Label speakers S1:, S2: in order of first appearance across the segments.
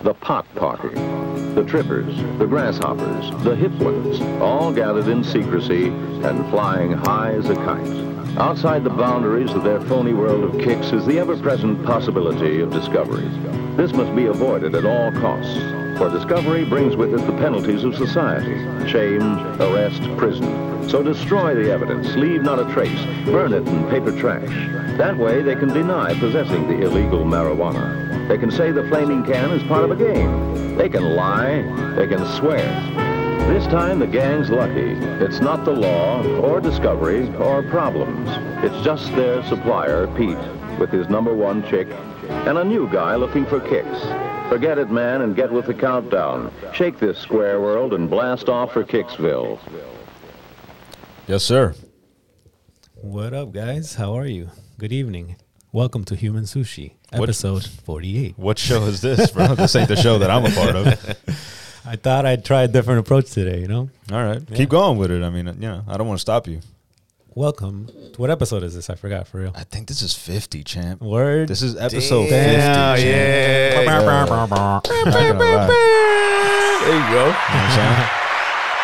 S1: the pot party. The trippers, the grasshoppers, the hip ones, all gathered in secrecy and flying high as a kite. Outside the boundaries of their phony world of kicks is the ever-present possibility of discovery. This must be avoided at all costs, for discovery brings with it the penalties of society, shame, arrest, prison. So destroy the evidence, leave not a trace, burn it in paper trash. That way they can deny possessing the illegal marijuana. They can say the flaming can is part of a game. They can lie. They can swear. This time the gang's lucky. It's not the law or discovery or problems. It's just their supplier, Pete, with his number one chick and a new guy looking for kicks. Forget it, man, and get with the countdown. Shake this square world and blast off for Kicksville.
S2: Yes, sir.
S3: What up, guys? How are you? Good evening. Welcome to Human Sushi, episode 48.
S2: What show is this, bro? this ain't the show that I'm a part of.
S3: I thought I'd try a different approach today, you know?
S2: All right, keep going with it. I mean, you know, I don't want to stop you.
S3: Welcome. To what episode is this? I forgot for real.
S2: I think this is 50, champ.
S3: Word.
S2: This is episode
S4: Damn,
S2: 50.
S4: yeah.
S2: yeah.
S4: There you go.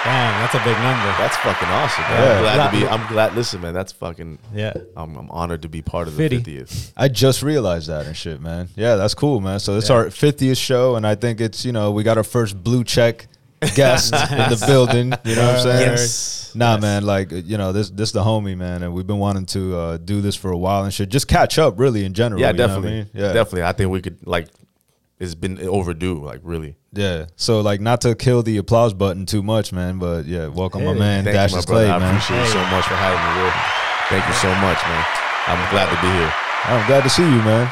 S3: Damn, that's a big number.
S4: That's fucking awesome. Man.
S2: Yeah.
S4: I'm glad to be.
S3: That-
S4: I'm glad. Listen, man, that's fucking.
S3: Yeah.
S4: I'm, I'm honored to be part of the
S3: 50.
S4: 50th.
S2: I just realized that and shit, man. Yeah, that's cool, man. So it's our 50th show, and I think it's, you know, we got our first blue check guest in the building. You know what I'm saying?
S4: Yes.
S2: Nah, man. Like you know, this this the homie, man, and we've been wanting to uh, do this for a while and shit. Just catch up, really, in general.
S4: Yeah,
S2: you know what I
S4: definitely.
S2: mean?
S4: Yeah, definitely. I think we could like. It's been overdue. Like really.
S2: Yeah. So like not to kill the applause button too much, man, but yeah, welcome my
S3: Hey.
S2: man
S4: Thank you, my
S2: Dashes Clay,
S4: brother. I
S2: man.
S4: appreciate you so much for having me. Will. Thank you so much, man. I'm glad to be here.
S2: I'm glad to see you, man.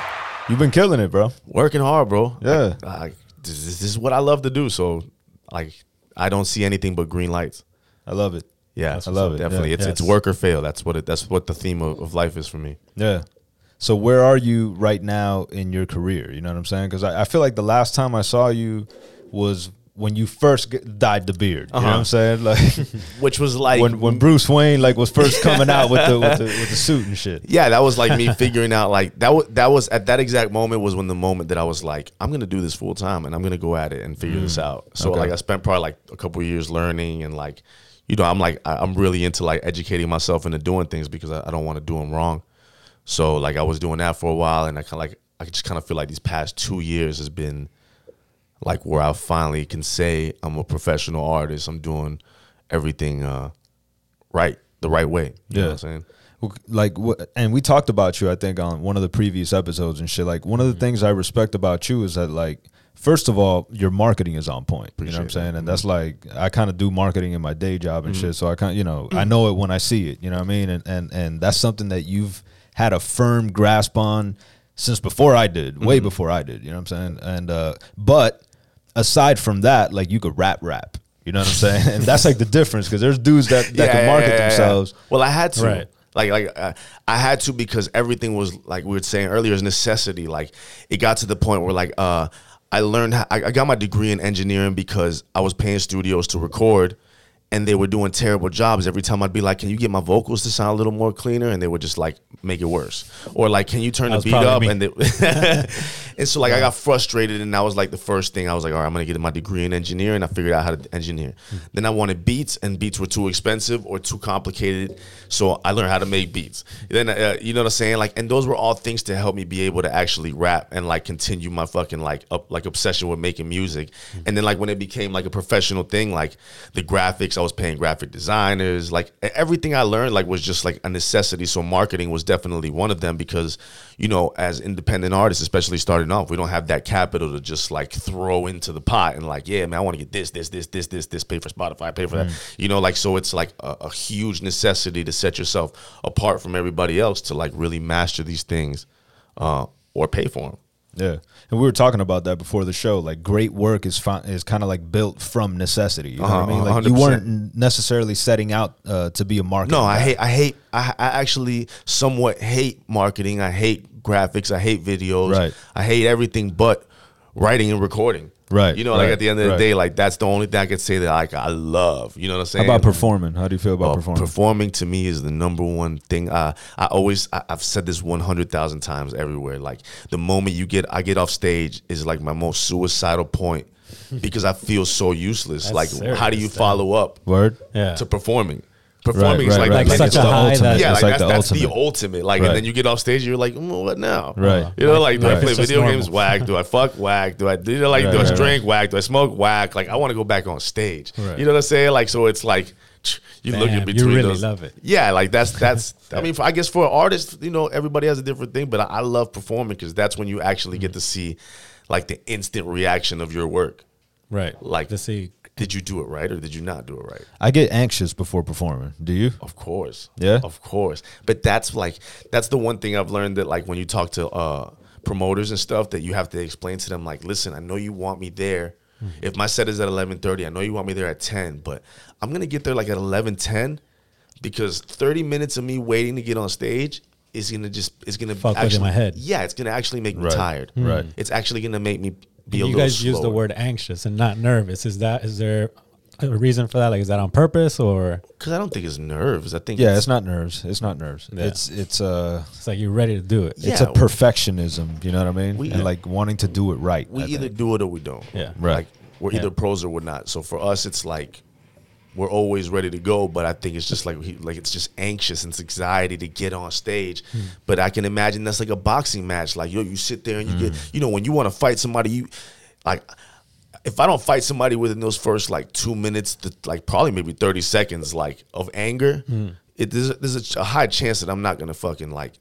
S2: You've been killing it, bro.
S4: Working hard, bro.
S2: Yeah.
S4: I, I- this, this is what I love to do. So, like, I don't see anything but green lights.
S2: I love it.
S4: Yeah,
S2: I love it.
S4: Definitely,
S2: Yeah.
S4: it's it's
S2: Yes.
S4: work or fail. That's what it. That's what the theme of, of life is for me.
S2: Yeah. So where are you right now in your career? You know what I'm saying? Because I, I feel like the last time I saw you was when you first g dyed the beard. You know what
S4: Uh-huh.
S2: I'm saying? Like
S4: Which was like
S2: when when Bruce Wayne like was first coming out with the with the, with the suit and shit.
S4: Yeah, that was like me figuring out like that was that was at that exact moment was when the moment that I was like, I'm gonna do this full time and I'm gonna go at it and figure this out. So
S2: Okay.
S4: like I spent probably like a couple of years learning and like, you know, I'm like I, I'm really into like educating myself into doing things because I, I don't want to do them wrong. So like I was doing that for a while and I kind of like I just kind of feel like these past two years has been like where I finally can say I'm a professional artist. I'm doing everything uh, right the right way. You know what I'm saying?
S2: Well, like what and we talked about you i think on one of the previous episodes and shit like one
S4: Mm-hmm.
S2: of the things i respect about you is that like first of all your marketing is on point you know what i'm
S4: Appreciate Mm-hmm.
S2: saying and that's like i kind of do marketing in my day job and shit so i kind of you know
S4: Mm-hmm.
S2: i know it when i see it you know what i mean and and and that's something that you've had a firm grasp on since before i did
S4: Mm-hmm.
S2: way before i did you know what i'm saying and uh but aside from that like you could rap rap you know what i'm saying and that's like the difference because there's dudes that, that can market
S4: yeah, yeah.
S2: themselves
S4: Well, I had to.
S3: Right.
S4: Like, like uh, I had to because everything was like we were saying earlier is necessity. Like, it got to the point where like uh, I learned how, I, I got my degree in engineering because I was paying studios to record, and they were doing terrible jobs. Every time I'd be like, "Can you get my vocals to sound a little more cleaner?" and they would just like make it worse, or like, "Can you turn the
S3: was
S4: beat
S3: probably
S4: up?"
S3: me.
S4: and they, and so like I got frustrated, and that was like the first thing I was like, all right, I'm gonna get my degree in engineering. I figured out how to engineer.
S3: Mm-hmm.
S4: Then I wanted beats, and beats were too expensive or too complicated, so I learned how to make beats. Then uh, you know what I'm saying, like, and those were all things to help me be able to actually rap and like continue my fucking like up like obsession with making music.
S3: Mm-hmm.
S4: And then like when it became like a professional thing, like the graphics, I was paying graphic designers, like e- everything I learned like was just like a necessity. So marketing was definitely one of them because you know as independent artists, especially starting off, we don't have that capital to just like throw into the pot and like yeah man, I want to get this this this this this this pay for Spotify, pay for that, you know like so it's like a, a huge necessity to set yourself apart from everybody else to like really master these things uh, or pay for them.
S2: Yeah, and we were talking about that before the show. Like, great work is fi- is kind of like built from necessity. You know what I
S4: Uh-huh,
S2: mean? Like, you
S4: 100%.
S2: weren't necessarily setting out uh, to be a marketer.
S4: No, I hate. I hate. I, I actually somewhat hate marketing. I hate graphics. I hate videos.
S2: Right.
S4: I hate everything but writing and recording.
S2: Right,
S4: You know, like
S2: right,
S4: at the end of the
S2: right.
S4: day, like that's the only thing I could say that like I love. You know what I'm
S2: How
S4: saying?
S2: about performing? How do you feel about
S4: Uh,
S2: performing?
S4: performing to me is the number one thing. Uh, I always I, I've said this one hundred thousand times everywhere. Like the moment you get I get off stage is like my most suicidal point because I feel so useless.
S3: That's
S4: like how do
S3: serious,
S4: you
S3: though.
S4: follow up
S2: Word.
S3: Yeah.
S4: to performing? Performing is
S2: right,
S4: like,
S2: right.
S4: like,
S2: Like
S4: it's
S3: such a
S4: the
S3: high
S4: ultimate.
S3: that-
S4: yeah,
S2: It's
S4: like,
S2: like
S4: that's, that's
S2: the
S4: the
S2: ultimate.
S4: ultimate. Like,
S2: Right.
S4: and then you get off stage, you're like, mm, what now?
S2: Right.
S4: You know, like, do
S2: Right.
S4: I play
S3: It's just
S4: video
S3: normal.
S4: games? Whack. Do I fuck? Whack. Do I do you know, like
S2: Right,
S4: do I
S2: right, right.
S4: drink? Whack. Do I smoke? Whack. Like I want to go back on stage.
S3: Right.
S4: You know what I'm saying? Like so, it's like tch, you look
S3: Damn,
S4: at
S3: you
S4: between
S3: really
S4: those.
S3: love it.
S4: Yeah, like that's that's. I mean, for, I guess for artists, you know, everybody has a different thing, but I, I love performing because that's when you actually
S2: Mm.
S4: get to see like the instant reaction of your work.
S3: right.
S4: Like,
S3: to see.
S4: did you do it right or did you not do it right?
S2: I get anxious before performing. Do you?
S4: Of course.
S2: Yeah?
S4: Of course. But that's like that's the one thing I've learned that like when you talk to uh promoters and stuff that you have to explain to them like, listen, I know you want me there.
S3: Hmm.
S4: If my set is at eleven thirty, I know you want me there at ten, but I'm gonna get there like at eleven ten because thirty minutes of me waiting to get on stage is gonna just is gonna
S3: Fuck with
S4: actually,
S3: my head.
S4: Yeah, it's gonna actually make me
S2: Right.
S4: tired.
S2: Right.
S4: It's actually gonna make me be a
S3: You
S4: little
S3: guys use the
S4: slower.
S3: word anxious and not nervous. Is that is there a reason for that? Like, is that on purpose or
S4: because I don't think it's nerves. I think
S2: Yeah,
S4: it's-
S2: it's not nerves. It's not nerves. It's it's uh
S3: it's like you're ready to do it?
S2: it's a
S4: Yeah.
S2: perfectionism. You know what I mean?
S4: We-
S2: and like wanting to do it right.
S4: we
S2: I
S4: either
S2: think.
S4: do it or we don't.
S3: Yeah.
S2: Right.
S4: Like we're
S3: Yeah.
S4: either pros or we're not. So for us, it's like we're always ready to go, but I think it's just like he, like it's just anxious and it's anxiety to get on stage.
S2: Hmm.
S4: But I can imagine that's like a boxing match. Like yo, you sit there and you
S2: Hmm.
S4: get you know when you want to fight somebody, you like. If I don't fight somebody within those first like two minutes, to, like probably maybe thirty seconds, like of anger,
S2: Hmm.
S4: it there's, there's a, ch- a high chance that I'm not gonna fucking like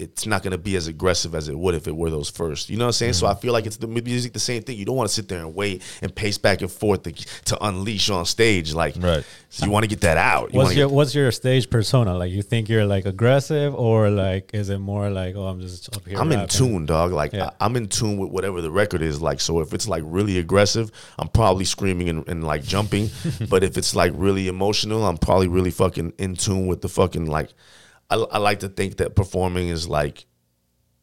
S4: it's not going to be as aggressive as it would if it were those first. You know what I'm saying? So I
S3: Mm-hmm.
S4: feel like it's the music, the same thing. You don't want to sit there and wait and pace back and forth to, to unleash on stage. Like,
S2: Right.
S4: so you want to get that out. You
S3: What's
S4: wanna
S3: your
S4: get-
S3: What's your stage persona? Like, you think you're like aggressive, or like, is it more like, oh, I'm just up here?
S4: I'm in
S3: rapping?
S4: tune, dog. Like
S3: Yeah.
S4: I, I'm in tune with whatever the record is. Like so, if it's like really aggressive, I'm probably screaming and, and like jumping. but if it's like really emotional, I'm probably really fucking in tune with the fucking like. I, I like to think that performing is like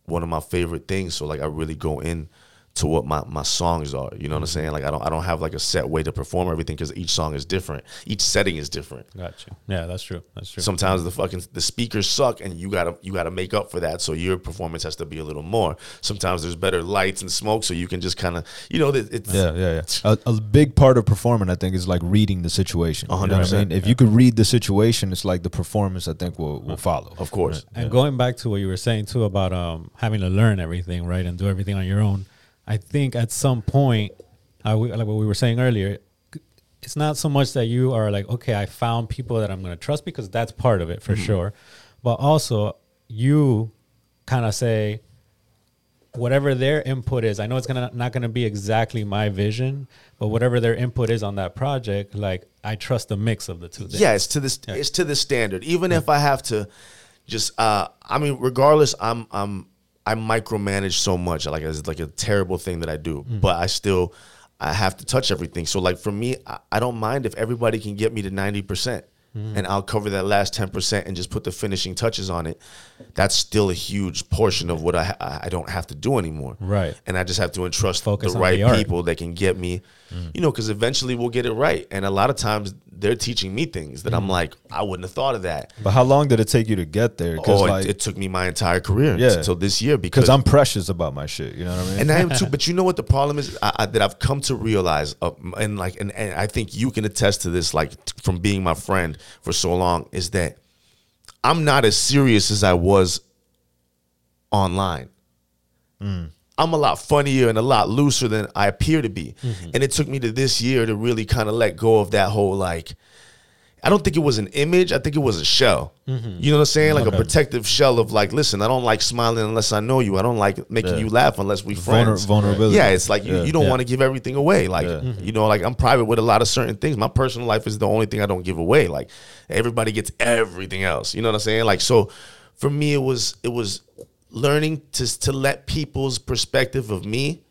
S4: one of my favorite things. So like I really go in to what my, my songs are. You know what I'm saying? Like I don't I don't have like a set way to perform everything because each song is different. Each setting is different.
S3: Gotcha. Yeah, that's true. That's true.
S4: Sometimes the fucking the speakers suck, and you gotta you gotta make up for that. So your performance has to be a little more. Sometimes there's better lights and smoke, so you can just kind of you know that it's
S2: Yeah, yeah, yeah. A, a big part of performing, I think, is like reading the situation. You know what I'm
S4: 100%,
S2: saying? If you could read the situation, it's like the performance. I think will will follow.
S4: of course.
S3: And going back to what you were saying too about um, having to learn everything, right, and do everything on your own. I think at some point, I w- like what we were saying earlier, c- it's not so much that you are like, okay, I found people that I'm going to trust because that's part of it for sure, but also you kind of say, whatever their input is, I know it's gonna not gonna be exactly my vision, but whatever their input is on that project, like I trust the mix of the two. things.
S4: Yeah, it's to this it's to the standard. Even if I have to just uh I mean regardless I'm I'm I micromanage so much like it's like a terrible thing that I do,
S3: Mm.
S4: but I still I have to touch everything. So like for me, I, I don't mind if everybody can get me to 90%
S3: Mm.
S4: and I'll cover that last 10% and just put the finishing touches on it. That's still a huge portion of what I ha- I I don't have to do anymore.
S3: Right.
S4: And I just have to entrust
S3: Focus
S4: the
S3: on
S4: right
S3: the art.
S4: people people that can get me, you know, because eventually we'll get it right. And a lot of times they're teaching me things that I'm like, I wouldn't have thought of that.
S2: But how long did it take you to get there? Because
S4: Oh, it-
S2: like,
S4: it, took me my entire career
S2: Yeah.
S4: until this year because
S2: because I'm precious about my shit. You know what I mean?
S4: and I am too. But you know what the problem is I, I, that I've come to realize, uh, and like, and, and I think you can attest to this, like t- from being my friend for so long, is that I'm not as serious as I was online. I'm a lot funnier and a lot looser than I appear to be,
S2: Mm-hmm.
S4: and it took me to this year to really kind of let go of that whole like. I don't think it was an image. I think it was a shell.
S2: Mm-hmm.
S4: You know what I'm saying? Like a protective shell of like, listen, I don't like smiling unless I know you. I don't like making you laugh unless we
S2: Vulner-
S4: friends.
S2: vulnerability.
S4: Yeah, it's like you,
S2: Yeah.
S4: you don't
S2: Yeah.
S4: want to give everything away. Like you know, like I'm private with a lot of certain things. My personal life is the only thing I don't give away. Like everybody gets everything else. You know what I'm saying? Like so, for me, it was it was learning to to let people's perspective of me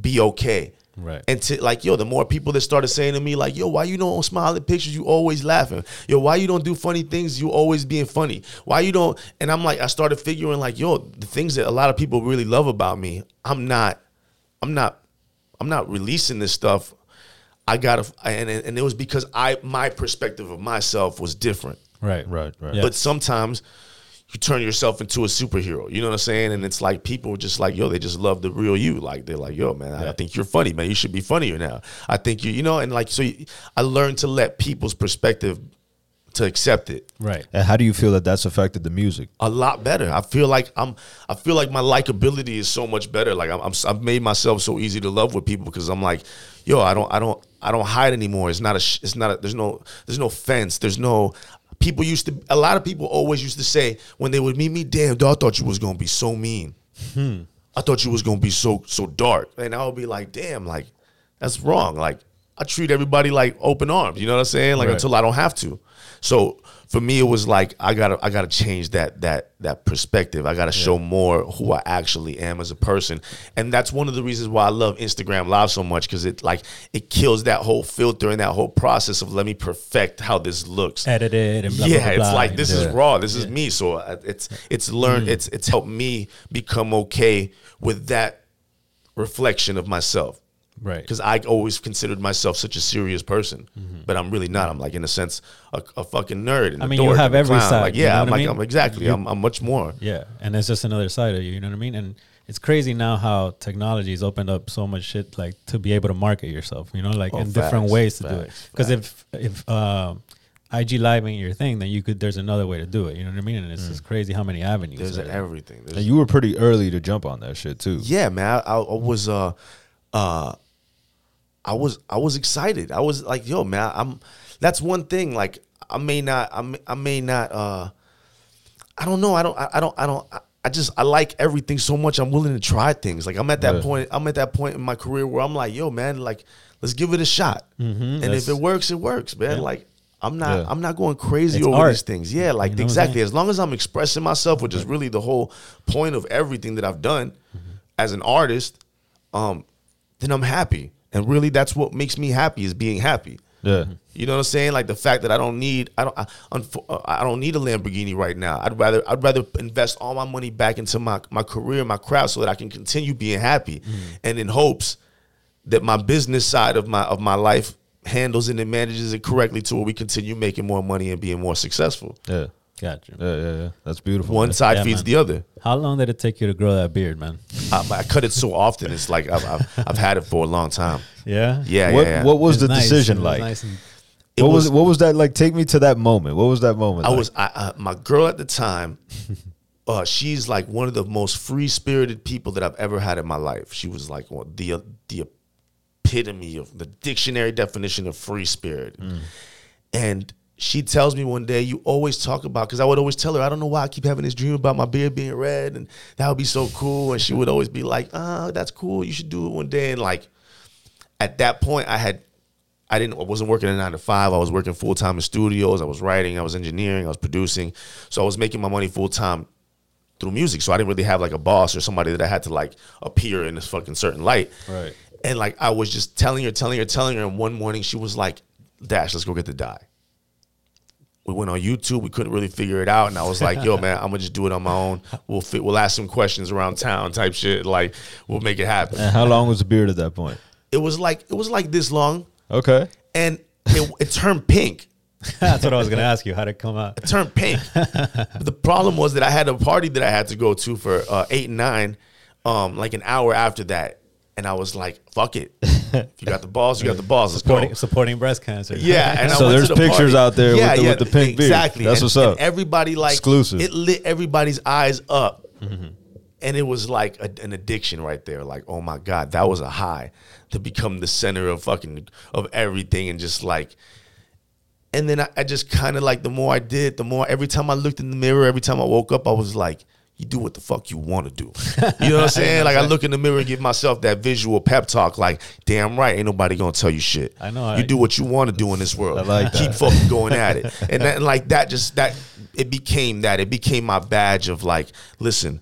S4: be okay.
S3: Right.
S4: And to like, yo, the more people that started saying to me, like, yo, why you don't smile at pictures? You always laughing. Yo, why you don't do funny things? You always being funny. Why you don't? And I'm like, I started figuring like, yo, the things that a lot of people really love about me, I'm not I'm not I'm not releasing this stuff. I gotta and and it was because I my perspective of myself was different.
S3: Right.
S2: Right, right.
S3: Yeah.
S4: But sometimes you turn yourself into a superhero. You know what I'm saying? And it's like people are just like, yo, they just love the real you. Like they're like, yo, man, I- I think you're funny, man. You should be funnier now. I think you, you know, and like so, you, I learned to let people's perspective to accept it
S3: Right.
S2: And how do you feel that that's affected the music?
S4: a lot better. I feel like I'm. I feel like my likability is so much better. Like I'm. I'm I've made myself so easy to love with people because I'm like, yo, I don't. I don't. I don't hide anymore. It's not a. sh- It's not a. There's no. There's no fence. There's no. People used to. A lot of people always used to say when they would meet me, damn, dog, I thought you was gonna be so mean. I thought you was gonna be so so dark, and I would be like, damn, like that's wrong. Like I treat everybody like open arms. You know what I'm saying? Like
S3: Right.
S4: until I don't have to. So for me, it was like I gotta I gotta change that that that perspective. I gotta show more who I actually am as a person, and that's one of the reasons why I love Instagram Live so much because it like it kills that whole filter and that whole process of let me perfect how this looks
S3: Edited and blah
S4: yeah,
S3: blah blah.
S4: it's like
S3: and
S4: this
S3: yeah. Mm.
S4: is raw. This is me. So uh, it's it's learned. It's it's helped me become okay with that reflection of myself
S3: Right.
S4: because I always considered myself such a serious person, but I'm really not. I'm like in a sense a, a fucking nerd.
S3: Mm-hmm.
S4: And
S3: I
S4: a
S3: mean, you
S4: dork
S3: have
S4: and a
S3: every
S4: clown.
S3: side,
S4: Like,
S3: you
S4: yeah,
S3: know
S4: I'm
S3: what I
S4: like
S3: mean?
S4: I'm exactly. I'm I'm much more.
S3: Yeah, and it's just another side of you. You know what I mean? And it's crazy now how technology has opened up so much shit, like to be able to market yourself. You know, like
S4: Oh,
S3: in different
S4: facts,
S3: ways to do it.
S4: facts,
S3: Because if if um, IG Live ain't your thing, then you could. There's another way to do it. You know what I mean? And it's just crazy how many avenues.
S4: Mm. There's
S3: are there.
S4: everything. There's
S2: And you were pretty early to jump on that shit too.
S4: yeah man I, I was uh uh i was i was excited i was like yo man i'm that's one thing like i may not i may, I may not uh i don't know i don't i, I don't i don't I, I just I like everything so much. I'm willing to try things. Like I'm at that
S2: Yeah.
S4: point. I'm at that point in my career where I'm like, yo, man, like let's give it a shot. and
S3: that's-
S4: if it works, it works, man. Like I'm not
S2: Mm-hmm, Yeah.
S4: I'm not going crazy
S3: It's
S4: over
S3: art.
S4: these things.
S3: You
S4: Yeah, like
S3: know what I'm
S4: exactly.
S3: saying?
S4: As long as I'm expressing myself, which is really the whole point of everything that I've done
S3: Mm-hmm.
S4: as an artist, um, then I'm happy. And really, that's what makes me happy is being happy.
S2: Yeah.
S4: You know what I'm saying? Like the fact that I don't need I don't I, unfo- uh, I don't need a Lamborghini right now. I'd rather I'd rather invest all my money back into my my career, my craft, so that I can continue being happy, and in hopes that my business side of my of my life handles it and manages it correctly to where we continue making more money and being more successful.
S2: Yeah.
S3: Gotcha.
S2: Yeah, yeah, yeah. That's beautiful.
S4: One
S2: man.
S4: side
S3: Yeah,
S4: feeds
S3: man.
S4: the other.
S3: How long did it take you to grow that beard, man?
S4: I, I cut it so often. It's like I've, I've, I've had it for a long time.
S3: Yeah.
S4: Yeah,
S2: what,
S4: yeah. yeah.
S2: what was
S3: It's
S2: the
S3: nice.
S2: decision
S3: It was
S2: like?
S3: nice and-
S4: It
S2: what was,
S4: was-
S2: what was that like? Take me to that moment. What was that moment?
S4: I
S2: like?
S4: was I, uh, my girl at the time. Uh, she's like one of the most free spirited people that I've ever had in my life. She was like one- the uh, the epitome of the dictionary definition of free spirit.
S2: Mm.
S4: And she tells me one day, "You always talk about," because I would always tell her, "I don't know why I keep having this dream about my beard being red, and that would be so cool." And she would always be like, "Ah, that's cool. You should do it one day." And like at that point I had I didn't I wasn't working a nine to five. I was working full time in studios. I was writing, I was engineering, I was producing. So I was making my money full time through music. So I didn't really have like a boss or somebody that I had to like appear in this fucking certain light.
S2: Right.
S4: And like I was just telling her, telling her, telling her, and one morning she was like, Dash, let's go get the dye. We went on YouTube. We couldn't really figure it out, and I was like, "Yo, man, I'm gonna just do it on my own. We'll fit, we'll ask some questions around town, type shit. Like, we'll make it happen."
S2: And how long was the beard at that point?
S4: It was like it was like this long
S2: Okay.
S4: and it, it turned pink.
S3: That's what I was gonna ask you. How did it come out?
S4: It turned pink. But the problem was that I had a party that I had to go to for uh, eight and nine, um, like an hour after that, and I was like, "Fuck it! If you got the balls, you got the balls. Let's go."
S3: Supporting, supporting breast cancer.
S4: Yeah, and I
S2: So
S4: went
S2: there's
S4: to the
S2: pictures
S4: party.
S2: out there with the- with the pink beard.
S4: exactly.
S2: That's
S4: And-
S2: what's up.
S4: and everybody like
S2: Exclusive.
S4: It lit everybody's eyes up, and it was like a, an addiction right there. Like, oh my god, that was a high to become the center of fucking of everything, and just like. And then I, I just kind of like the more I did, the more every time I looked in the mirror, every time I woke up, I was like, you do what the fuck you want to do. You know what I'm saying? like I look in the mirror and give myself that visual pep talk like, damn right, ain't nobody going to tell you shit.
S3: I know,
S4: You
S3: I-
S4: do what you want to do in this world.
S2: I like
S4: Keep
S2: that.
S4: fucking going at it. And, that, and like that just that it became that. It became my badge of like, listen,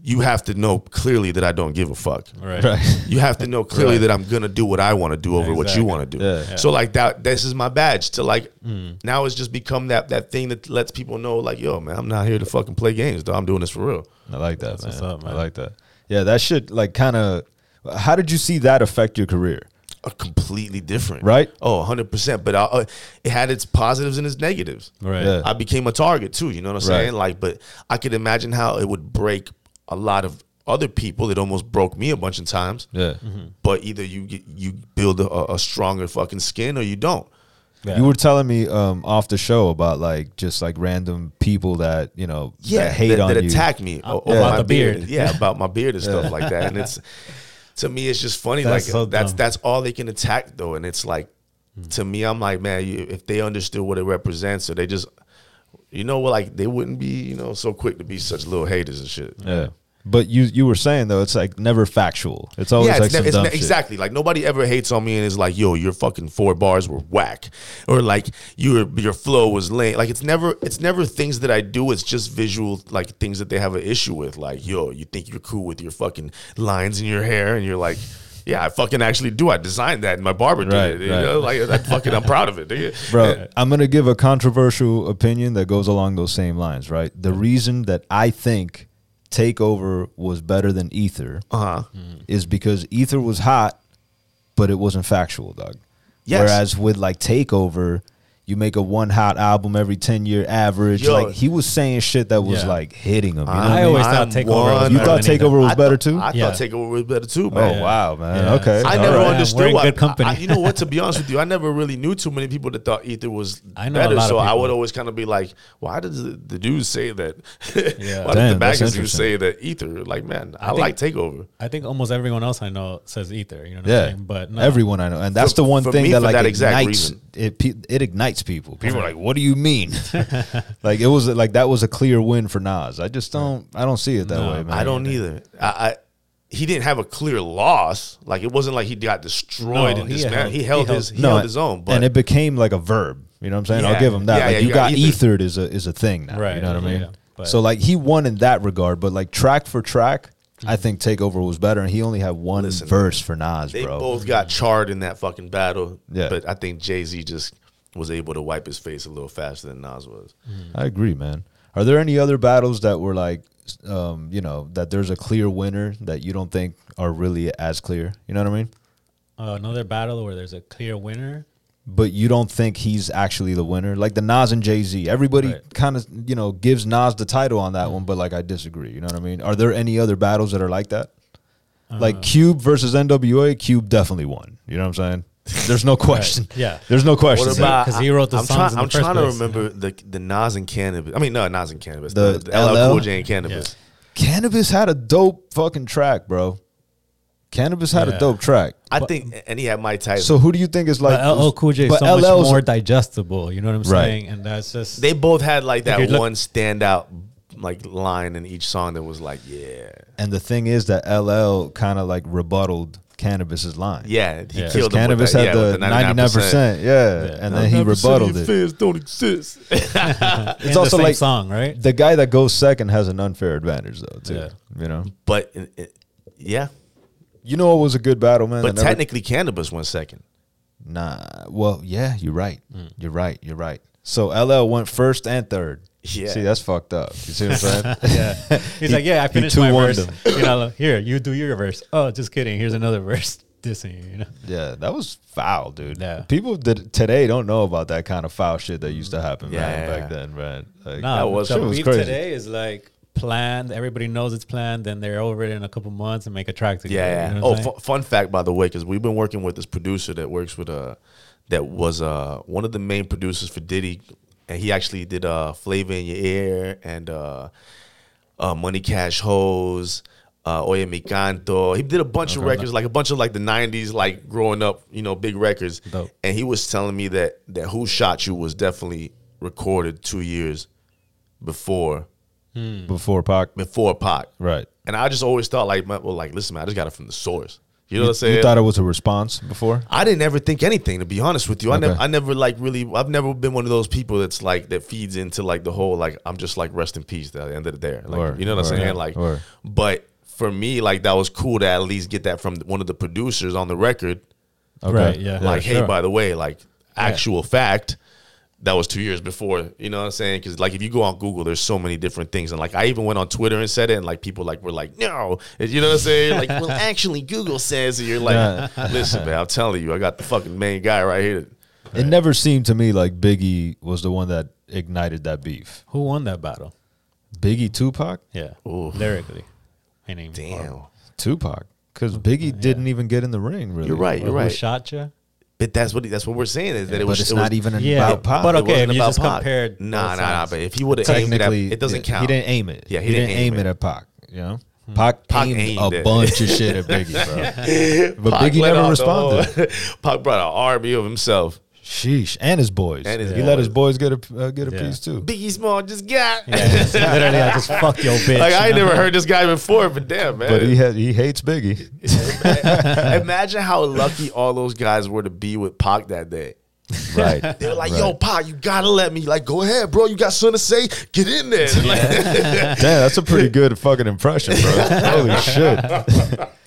S4: you have to know clearly that I don't give a fuck.
S3: Right.
S2: Right.
S4: You have to know clearly that I'm gonna do what I want to do over what
S3: Exactly.
S4: you want to do.
S2: Yeah. Hmm.
S4: So like that, this is my badge to like. Now it's just become that that thing that lets people know like, yo, man, I'm not here to fucking play games. Though I'm doing this for real.
S2: I like that,
S3: what's
S2: man.
S3: up,
S2: I
S3: man.
S2: like that. Yeah, that shit like kind of How did you see that affect your career?
S4: are completely different.
S2: Right.
S4: Oh, 100%. But I, uh, it had its positives and its negatives.
S3: Right.
S2: Yeah.
S4: I became a target too, you know what I'm
S2: Right.
S4: saying? Like, but I could imagine how it would break a lot of other people. It almost broke me a bunch of times.
S2: Yeah.
S4: But either you get- you build a- a, a stronger fucking skin or you don't.
S2: You were telling me um, off the show about like just like random people that you know that hate
S4: that,
S2: on
S4: that
S2: you.
S4: attack me
S3: Yeah.
S4: o- over
S3: About
S4: my
S3: the
S4: beard.
S3: beard.
S4: Yeah, about my beard and stuff like that. And it's to me, it's just funny.
S3: That's
S4: like
S3: so dumb.
S4: that's
S3: Hmm.
S4: that's all they can attack though, and it's like to me, I'm like, man, you, if they understood what it represents, or they just, you know, what like they wouldn't be, you know, so quick to be such little haters and shit.
S2: Yeah. But you you were saying though it's like never factual. It's always
S4: Yeah,
S2: like
S4: it's,
S2: some
S4: ne- it's
S2: dumb
S4: ne-
S2: shit.
S4: exactly like nobody ever hates on me and is like, "Yo, your fucking four bars were whack," or like your your flow was lame. Like it's never it's never things that I do. It's just visual like things that they have an issue with. Like, yo, you think you're cool with your fucking lines in your hair, and you're like. Yeah, I fucking actually do. I designed that, and my barber did
S2: Right,
S4: it. You
S2: right.
S4: know, like I fucking, I'm proud of it. nigga.
S2: Bro, I'm going to give a controversial opinion that goes along those same lines, right? The reason that I think Takeover was better than Ether
S4: Uh-huh.
S2: is because Ether was hot, but it wasn't factual, dog.
S4: Yes.
S2: Whereas with like Takeover, you make a one hot album every 10 year average.
S4: Yo.
S2: Like he was saying shit that was
S3: Yeah.
S2: like hitting him. You, know
S4: I
S2: what
S3: I
S2: mean?
S3: always
S4: I'm
S3: thought takeover. was
S4: one-
S2: You
S3: better
S2: thought
S3: than either.
S2: Takeover was
S4: uh, I
S2: better
S4: thought-
S2: too?
S4: I
S3: Yeah.
S4: thought Takeover was better too, man.
S2: oh, wow, man.
S3: Yeah.
S2: Okay.
S4: I
S2: All
S4: never
S2: right.
S3: we're in
S4: understood. why-
S3: good company.
S4: I- I- you know what? To be honest with you, I never really knew too many people that thought Ether was
S3: I know a
S4: better.
S3: lot of
S4: so I
S3: people.
S4: would always kind of be like, "Why does the, the dude say that?
S3: Yeah.
S4: Why
S2: Damn,
S4: did the
S2: that's
S4: magazine
S2: interesting.
S4: say that Ether? Like, man, I,
S3: think-
S4: like Takeover.
S3: I think almost everyone else I know says ether. You know what I'm
S2: Yeah,
S3: saying? But no.
S2: everyone I know, and that's
S4: For-
S2: the one
S4: for
S2: thing
S4: me,
S2: that
S4: for
S2: like
S4: that exact
S2: ignites
S4: reason.
S2: it. pe- It ignites people. People are
S4: Right.
S2: like, "What do you mean?" like it was like that was a clear win for Nas. I just don't. I don't see it that way, man.
S4: I don't either. I, I he didn't have a clear loss. Like it wasn't like he got destroyed
S3: No,
S4: and
S3: he
S4: dismantled.
S3: held-
S4: he held
S3: he
S4: his he
S2: No,
S4: held his own. But
S2: and it became like a verb. You know what I'm saying? I'll
S4: Yeah.
S2: give him that.
S4: Yeah,
S2: like
S4: yeah,
S2: you,
S4: you
S2: got,
S4: got
S2: ethered is a is a thing now. You
S3: Right,
S2: know what I
S3: yeah,
S2: mean?
S3: yeah, but-
S2: so like he won in that regard, but like track for track, I
S3: Hmm.
S2: think Takeover was better, and he only had one verse for Nas,
S4: they
S2: bro.
S4: both got charred in that fucking battle.
S2: Yeah.
S4: But I think Jay Z just was able to wipe his face a little faster than Nas was.
S2: I agree, man. Are there any other battles that were like, um, you know, that there's a clear winner that you don't think are really as clear? You know what I mean?
S3: Uh, another battle where there's a clear winner.
S2: But you don't think he's actually the winner, like the Nas and Jay Z. Everybody
S3: Right. Mm-hmm.
S2: kind of, you know, gives Nas the title on that one, but like I disagree. You know what I mean? Are there any other battles that are like that?
S3: Uh-huh.
S2: like Cube versus NWA, Cube definitely won. You know what I'm saying? There's no question.
S3: Yeah.
S2: There's no question.
S4: What
S2: That-
S4: about?
S3: 'Cause he wrote the
S4: I'm
S3: songs
S4: trying-
S3: in the
S4: I'm
S3: first
S4: trying
S3: place.
S4: to remember the the Nas and Cannabis. I mean, no, Nas and Cannabis.
S2: The
S4: The, the, LL
S2: LL?
S4: Cool J and Cannabis.
S2: Cannabis had a dope fucking track, bro. Cannabis had a
S3: Yeah.
S2: dope track.
S4: I think, and he had my Tyson.
S2: So who do you think is like
S3: but LL Cool J is
S2: but
S3: so much
S2: LL's
S3: more digestible. You know what I'm
S2: Right.
S3: saying? And that's just
S4: they both had like
S3: Okay,
S4: that
S3: look-
S4: one standout like line in each song that was like, yeah,
S2: And the thing is that LL kind of like rebutted cannabis's line.
S4: yeah. He
S3: Yeah.
S2: 'Cause
S4: killed him
S2: cannabis
S4: with that,
S2: had
S4: yeah,
S2: the
S4: with the
S2: ninety nine percent, yeah, and then he rebutted it.
S4: Fans don't exist.
S3: it's
S2: also
S3: also the same
S2: like-
S3: song, right?
S2: The guy that goes second has an unfair advantage, though. Too,
S3: Yeah.
S2: you know.
S4: but it- it- yeah,
S2: You know what was a good battle, man? that
S4: but
S2: never-
S4: technically, Cannabis went second.
S2: nah. Well, yeah, you're right. You're right. You're right. So LL went first and third.
S4: Yeah.
S2: See, that's fucked up. You see what I'm saying?
S3: Yeah. He's
S2: He-
S3: like, yeah, I
S2: he
S3: finished my
S2: 2-1'd
S3: verse. You know, here, you do your verse. Oh, just kidding. Here's another verse dissing you. You know,
S2: Yeah, that was foul, dude.
S3: Yeah.
S2: People that today don't know about that kind of foul shit that used to happen
S4: Yeah,
S2: man,
S4: yeah,
S2: back
S4: yeah.
S2: then, man. Like,
S3: nah,
S4: That was-
S3: the
S4: that
S2: was
S3: beef
S2: crazy.
S3: today is like planned. Everybody knows it's planned. Then they're over it in a couple months and make a track together.
S4: Yeah.
S3: You know
S4: oh,
S3: what I'm saying?
S4: fu- fun fact by the way, because we've been working with this producer that works with uh that was uh one of the main producers for Diddy, and he actually did uh Flavor in Your Ear and uh, uh Money Cash Hoes. Uh, Oye Mi Canto. He did a bunch of records, like a bunch of like the '90s, like growing up, you know, big records.
S3: Dope.
S4: And he was telling me that that "Who Shot You" was definitely recorded two years before
S2: before Pac.
S4: before Pac.
S2: Right.
S4: And I just always thought like, man, well, like, listen, man, I just got it from the source. You know what I'm saying?
S2: You thought it was a response before?
S4: I didn't ever think anything, to be honest with you. I
S2: Okay.
S4: never, I never like really. I've never been one of those people that's like that feeds into like the whole like I'm just like rest in peace at the end of the day. Like
S2: Word,
S4: you know what I'm
S2: word,
S4: saying? Like,
S2: word.
S4: but for me, like that was cool to at least get that from one of the producers on the record.
S2: Okay.
S3: right. Yeah.
S4: like, hey,
S3: sure.
S4: by the way, like actual fact, that was two years before. You know what I'm saying? Because like if you go on Google, there's so many different things. And like I even went on Twitter and said it, and like people like were like, no, And you know what I'm saying? Like, well, actually, Google says, and you're like, listen, man, I'm telling you, I got the fucking main guy right here.
S2: It never seemed to me like Biggie was the one that ignited that beef.
S3: Who won that battle?
S2: Biggie, Tupac,
S3: Yeah,
S4: Ooh.
S3: lyrically. I mean,
S4: Damn,
S3: or-
S2: Tupac, because Biggie didn't even get in the ring. Really,
S4: you're right,
S3: or
S4: you're
S3: Who
S4: right.
S3: shot you?
S4: But that's what that's what we're saying is that it
S2: but
S4: was
S2: it's
S4: it
S2: not
S4: was,
S2: even
S3: Yeah,
S2: about Pac.
S3: but
S4: it
S3: okay,
S4: wasn't
S3: if you
S4: about
S3: just
S4: Pac.
S3: compared
S4: Nah,
S3: both
S4: nah, nah.
S3: sides.
S4: But if he would have aimed it, at,
S2: technically
S4: it doesn't count.
S2: He didn't aim it.
S4: Yeah, he
S2: he,
S4: didn't
S2: didn't,
S4: aim
S2: aim it.
S4: it.
S2: at Pac. You know, Pac,
S4: Pac
S2: aimed,
S4: aimed
S2: a
S4: it.
S2: bunch of shit at Biggie, bro. But
S4: Pac
S2: Biggie
S4: let
S2: never
S4: out the whole-
S2: responded.
S4: Pac brought an army of himself.
S2: Sheesh, and his boys.
S4: And his
S2: he let
S4: boys.
S2: his boys get a uh, get a
S3: Yeah.
S2: piece too.
S4: Biggie Small just got.
S3: Literally, I just fuck your bitch.
S4: like I ain't
S3: you know?
S4: never heard this guy before, but damn man.
S2: But he had he hates Biggie.
S4: Imagine how lucky all those guys were to be with Pac that day.
S2: right.
S4: They were like, "Yo, Pac, you gotta let me. Like, go ahead, bro. You got something to say? Get in there." Like,
S2: Damn, that's a pretty good fucking impression, bro. Holy shit.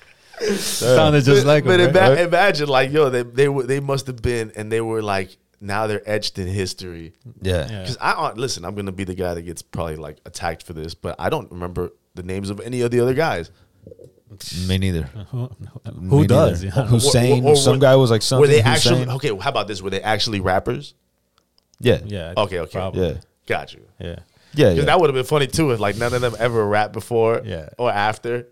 S3: sounded just like
S4: but
S3: him.
S4: ima-
S3: right?
S4: imagine, like, yo, they they were they must have been, and they were like, now they're etched in history.
S2: Yeah.
S3: Yeah.
S4: Because I uh, listen, I'm gonna be the guy that gets probably like attacked for this, but I don't remember the names of any of the other guys.
S2: Me neither.
S3: Who,
S2: Me
S3: who
S2: neither.
S3: does? Yeah.
S2: Hussein. some
S4: were-
S2: guy was like something.
S4: Were they
S2: Hussein.
S4: actually okay? How about this? Were they actually rappers?
S2: Yeah.
S3: Yeah, I think
S4: Okay, okay,
S3: probably.
S2: Yeah.
S4: got you.
S3: Yeah.
S2: Yeah. yeah.
S4: Because
S2: That,
S4: that would have been funny too if like none of them ever rapped before
S3: Yeah.
S4: or after.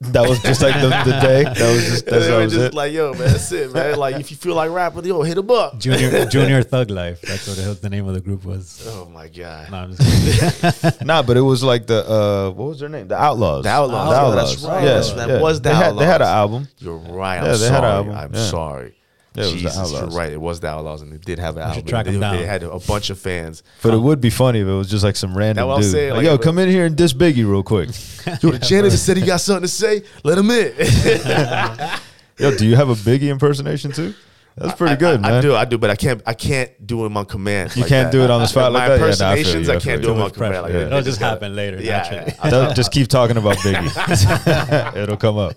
S2: was just like the, the day. That was just
S4: And
S2: that's,
S4: they
S2: that
S4: were
S2: was
S4: just
S2: it.
S4: like, yo, man, that's it, man. Like, if you feel like rapping, yo, hit him up.
S3: Junior Junior Thug Life. That's what the, the name of the group was.
S4: Oh my god.
S3: No, I'm just kidding.
S2: Nah, but it was like the uh, what was their name? The Outlaws.
S4: The Outlaws.
S2: The
S4: Oh,
S2: Outlaws.
S4: that's right.
S2: Yeah,
S4: That's- that
S2: yeah.
S4: was the
S2: they Had, they had an
S4: Outlaws.
S2: album.
S4: You're right. I'm
S2: Yeah, they
S4: sorry.
S2: had an album.
S4: I'm
S2: Yeah.
S4: sorry.
S2: Yeah, it was the
S4: Jesus, you're
S2: Outlaws.
S4: right. It was the Outlaws, and they did have an album.
S3: track
S4: they,
S3: 'em down.
S4: they had a bunch of fans.
S2: But it would be funny if it was just like some random
S4: what I'm
S2: dude.
S4: saying,
S2: Like,
S4: like,
S2: yo,
S4: if it-
S2: come in here and diss Biggie real quick.
S4: Yo, the janitor said he got something to say. Let him in.
S2: yo, do you have a Biggie impersonation too? That's pretty good,
S4: I,
S2: man.
S4: I do, I do, but I can't. I can't do him on command.
S2: You
S4: like
S2: can't
S4: that.
S2: do it on the spot
S4: My
S2: like that? Yeah, nah, I feel
S4: impersonations,
S2: you, I
S4: I
S2: feel
S4: can't
S2: you.
S4: do
S2: Too
S4: them on
S2: much
S4: command. Like,
S3: Yeah.
S4: that.
S3: It'll
S4: They
S3: just
S4: gotta-
S3: happen later,
S4: Yeah,
S3: naturally.
S4: I-
S2: Don't- just keep talking about Biggie. It'll come up.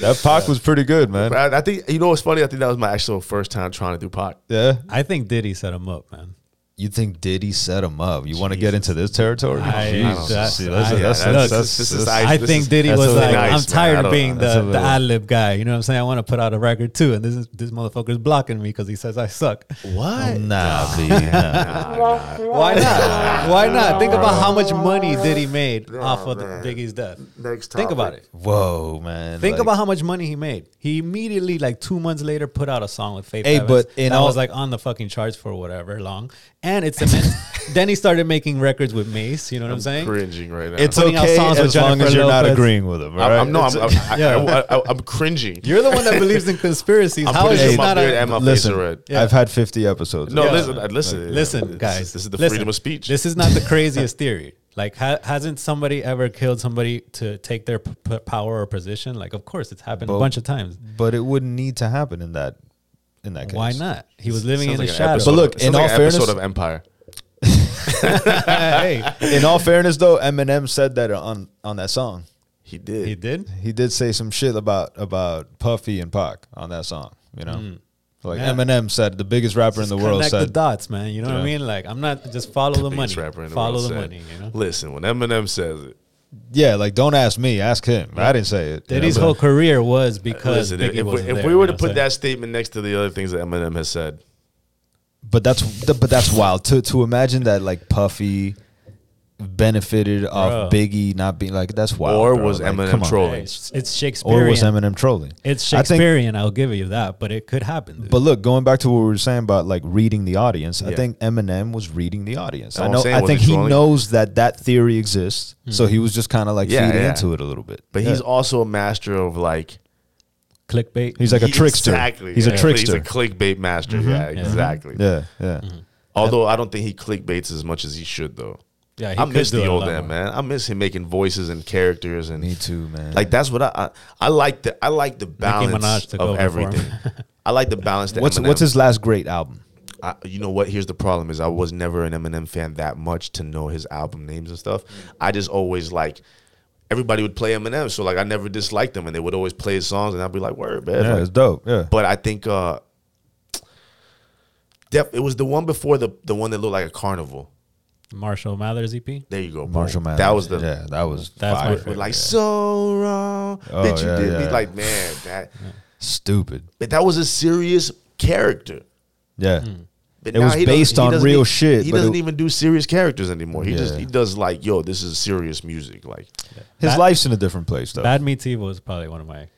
S2: That Pac was pretty good, man.
S4: I I think you know what's funny. I think that was my actual first time trying to do pot.
S2: Yeah.
S3: I think Diddy set him up, man.
S2: You think Diddy set him up? You want to get into this territory?
S3: I-
S2: Jesus.
S3: that's-
S2: See, that's-
S3: I-
S2: that's- that's-
S3: yeah, that's-
S2: that's-
S4: this is
S2: that's-
S4: I-
S3: I
S4: this
S3: think
S4: is-
S3: Diddy
S2: that's
S3: was
S2: a little
S3: like,
S4: nice,
S3: I'm
S4: man. I
S3: tired
S4: don't-
S3: of being
S2: that's
S3: the,
S2: a
S3: the
S2: little-
S3: ad lib guy. You know what I'm saying? I want to put out a record too, and this is, this motherfucker's blocking me because he says I suck.
S4: What?
S2: Nah, B. Nah.
S3: Why not? Why not? Think about how much money Diddy made off of the Biggie's death.
S4: Next
S3: Think about
S4: topic.
S3: it.
S2: Whoa, man.
S3: Think
S2: Like-
S3: about how much money he made. He immediately, like two months later, put out a song with Faith.
S2: Hey,
S3: Evans
S2: but in
S3: that
S2: all-
S3: was like on the fucking charts for whatever long, and it's immense. then he started making records with Mace. You know what I'm, saying?
S4: Cringing right now.
S2: it's
S3: putting out
S2: okay
S3: songs with
S2: as long
S3: Jennifer
S2: as you're not
S3: Lopez.
S2: agreeing with him.
S4: I'm,
S2: right?
S4: I'm no, I'm, I'm, I,
S3: Yeah.
S4: I, I, I, am cringing.
S3: You're the one that believes in conspiracies.
S4: I'm
S3: How
S4: putting
S3: is
S4: it
S3: this
S4: in my
S3: not
S4: beard
S3: a
S4: and my
S2: Listen,
S4: face are red.
S3: Yeah.
S2: I've had 50 episodes.
S4: No,
S2: Yeah.
S4: listen, uh, listen,
S3: Listen,
S4: This is-
S3: guys.
S4: This is the
S3: listen.
S4: freedom of speech.
S3: This is not the craziest theory. Like, ha- hasn't somebody ever killed somebody to take their p- p- power or position? Like, of course, it's happened a
S2: But-
S3: bunch of times.
S2: But it wouldn't need to happen in that in that case.
S3: Why not? He was living in
S4: Sounds
S3: the
S4: like an
S3: shadow.
S4: episode
S2: But
S4: of-
S2: look,
S4: sounds
S2: in
S4: like
S2: all
S4: an
S2: fairness-
S4: episode of Empire.
S3: hey,
S2: In all fairness, though, Eminem said that on on that song.
S4: He did.
S3: he did.
S2: He did say some shit about about Puffy and Pac on that song. You know, like
S3: Mm. Yeah.
S2: Eminem said, the biggest rapper in the world
S3: Connect the
S2: said,
S3: dots, man. You know what
S2: Yeah.
S3: I mean? Like, I'm not just follow the, money.
S4: Biggest rapper in the
S3: follow
S4: world
S3: the
S4: said,
S3: money. You know.
S4: Listen, when Eminem says it,
S2: "Yeah, like don't ask me, ask him." I didn't say it. you know,
S3: Diddy's
S2: but-
S3: whole career was because
S4: listen,
S3: Biggie
S4: if, we,
S3: wasn't
S4: if
S3: there,
S4: we were
S3: you
S4: to
S3: know
S4: put
S3: what I'm
S4: that statement next to the other things that Eminem has said,
S2: but that's but that's wild to to imagine that like Puffy benefited off
S3: Bro.
S2: Biggie not being like that's wild.
S4: or
S2: bro.
S4: was
S2: Like,
S4: Eminem
S2: come on.
S4: trolling?
S3: saying? it's, it's Shakespearean.
S2: Or was Eminem trolling?
S3: It's
S2: I think-
S3: Shakespearean. I'll give you that, but it could happen. dude.
S2: But look, going back to what we were saying about like reading the audience, I
S4: Yeah.
S2: think Eminem was reading the audience.
S4: That's
S2: I
S4: what
S2: know.
S4: I'm saying,
S2: I
S4: was
S2: think
S4: he
S2: he
S4: trolling?
S2: knows that that theory exists, so he was just kind of like
S4: Yeah,
S2: feeding
S4: yeah.
S2: into it a little bit.
S4: But
S2: Yeah.
S4: he's also a master of like
S3: Clickbait.
S2: he's like a
S4: He-
S2: trickster.
S4: Exactly.
S2: He's
S4: yeah.
S2: a trickster.
S4: He's a clickbait master.
S3: Mm-hmm.
S4: Yeah, exactly.
S2: yeah, yeah.
S4: Although I don't think he clickbaits as much as he should though.
S3: Yeah, he
S4: I
S3: could
S4: miss
S3: do
S4: the
S3: it a
S4: old
S3: lot
S4: man,
S3: more.
S4: man. I miss him making voices and characters and
S2: Me too, man.
S4: Like that's what I I, I like the I like the balance
S3: Minaj took
S4: of
S3: over for him.
S4: everything. I like the balance. That
S2: what's
S4: Eminem,
S2: what's his last great album?
S4: I, you know what? Here's the problem: is I was never an Eminem fan that much to know his album names and stuff. I just always like everybody would play Eminem, so like I never disliked them, and they would always play his songs, and I'd be like, "Word, man!"
S2: Yeah,
S4: Like,
S2: it's dope. Yeah,
S4: but I think uh def- it was the one before the the one that looked like a carnival.
S3: Marshall Mathers E EP.
S4: There you go, boom.
S2: Marshall Mathers.
S4: That was the
S2: yeah. That was
S3: That's my
S2: fire.
S4: with
S3: favorite.
S4: like so wrong
S2: Oh,
S4: that you
S2: yeah,
S4: did me.
S2: yeah.
S4: Like man, that
S2: Stupid.
S4: but that was a serious character.
S2: Yeah.
S3: Mm.
S4: But
S2: It
S4: now
S2: was
S4: he doesn't-
S2: based
S4: he
S2: on
S4: doesn't
S2: real
S4: e-
S2: shit,
S4: He
S2: but
S4: doesn't
S2: it-
S4: even do serious characters anymore. He just
S2: Yeah.
S4: he does like yo, this is serious music. Like
S2: His
S3: Bad-
S2: life's in a different place though.
S3: Bad Meets Evil is probably one of my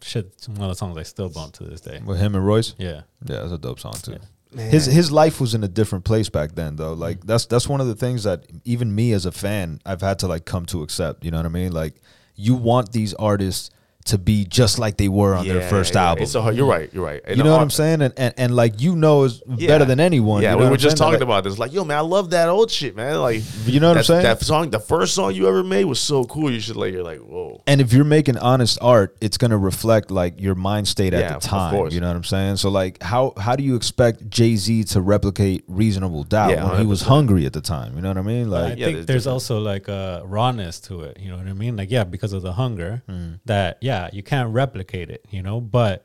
S3: shit. it's One of the songs I still bump to this day.
S2: With him and Royce.
S3: Yeah,
S2: Yeah, that's a dope song too. His his life was in a different place back then though.
S4: Mm.
S2: Like that's that's one of the things that even me as a fan I've had to like come to accept. You know what I mean? Like you want these artists to be just like they were on
S4: yeah,
S2: their first
S4: yeah,
S2: album.
S4: It's a, hard- you're right. You're right.
S2: you know what I'm saying? And, and and like you know is better than anyone.
S4: Yeah,
S2: you know
S4: we
S2: what
S4: were
S2: I'm
S4: just
S2: saying?
S4: talking
S2: Like,
S4: about this. Like, yo, man, I love that old shit, man. Like,
S2: You know what I'm
S4: that-
S2: saying?
S4: That song, the first song you ever made was so cool. You should like, you're like, whoa.
S2: and if you're making honest art, it's gonna reflect like your mind state
S4: Yeah,
S2: at
S4: of
S2: the time.
S4: course.
S2: You know what I'm saying? So like, how how do you expect Jay Z to replicate Reasonable Doubt
S4: Yeah,
S2: when he was
S4: 100%.
S2: hungry at the time? You know what I mean?
S3: I
S2: Like,
S4: yeah,
S3: think
S4: there's
S3: there's also like a rawness to it. You know what I mean? Like yeah, because of the hunger.
S4: Hmm.
S3: That yeah, you can't replicate it. You know, but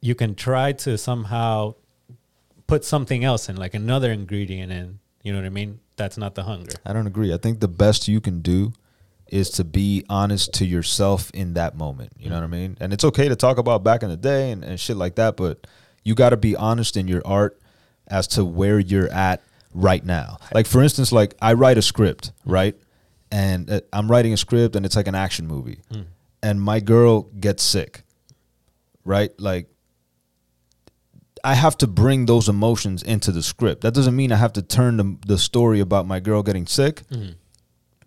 S3: you can try to somehow put something else in, like another ingredient in. You know what I mean? That's not the hunger.
S2: I don't agree. I think the best you can do is to be honest to yourself in that moment. You know what I mean? And it's okay to talk about back in the day and, and shit like that, but you got to be honest in your art as to where you're at right now. Like, for instance, like I write a script, right? And uh, I'm writing a script and it's like an action movie. And my girl gets sick, right? Like, I have to bring those emotions into the script. That doesn't mean I have to turn the, the story about my girl getting sick,
S3: Mm-hmm.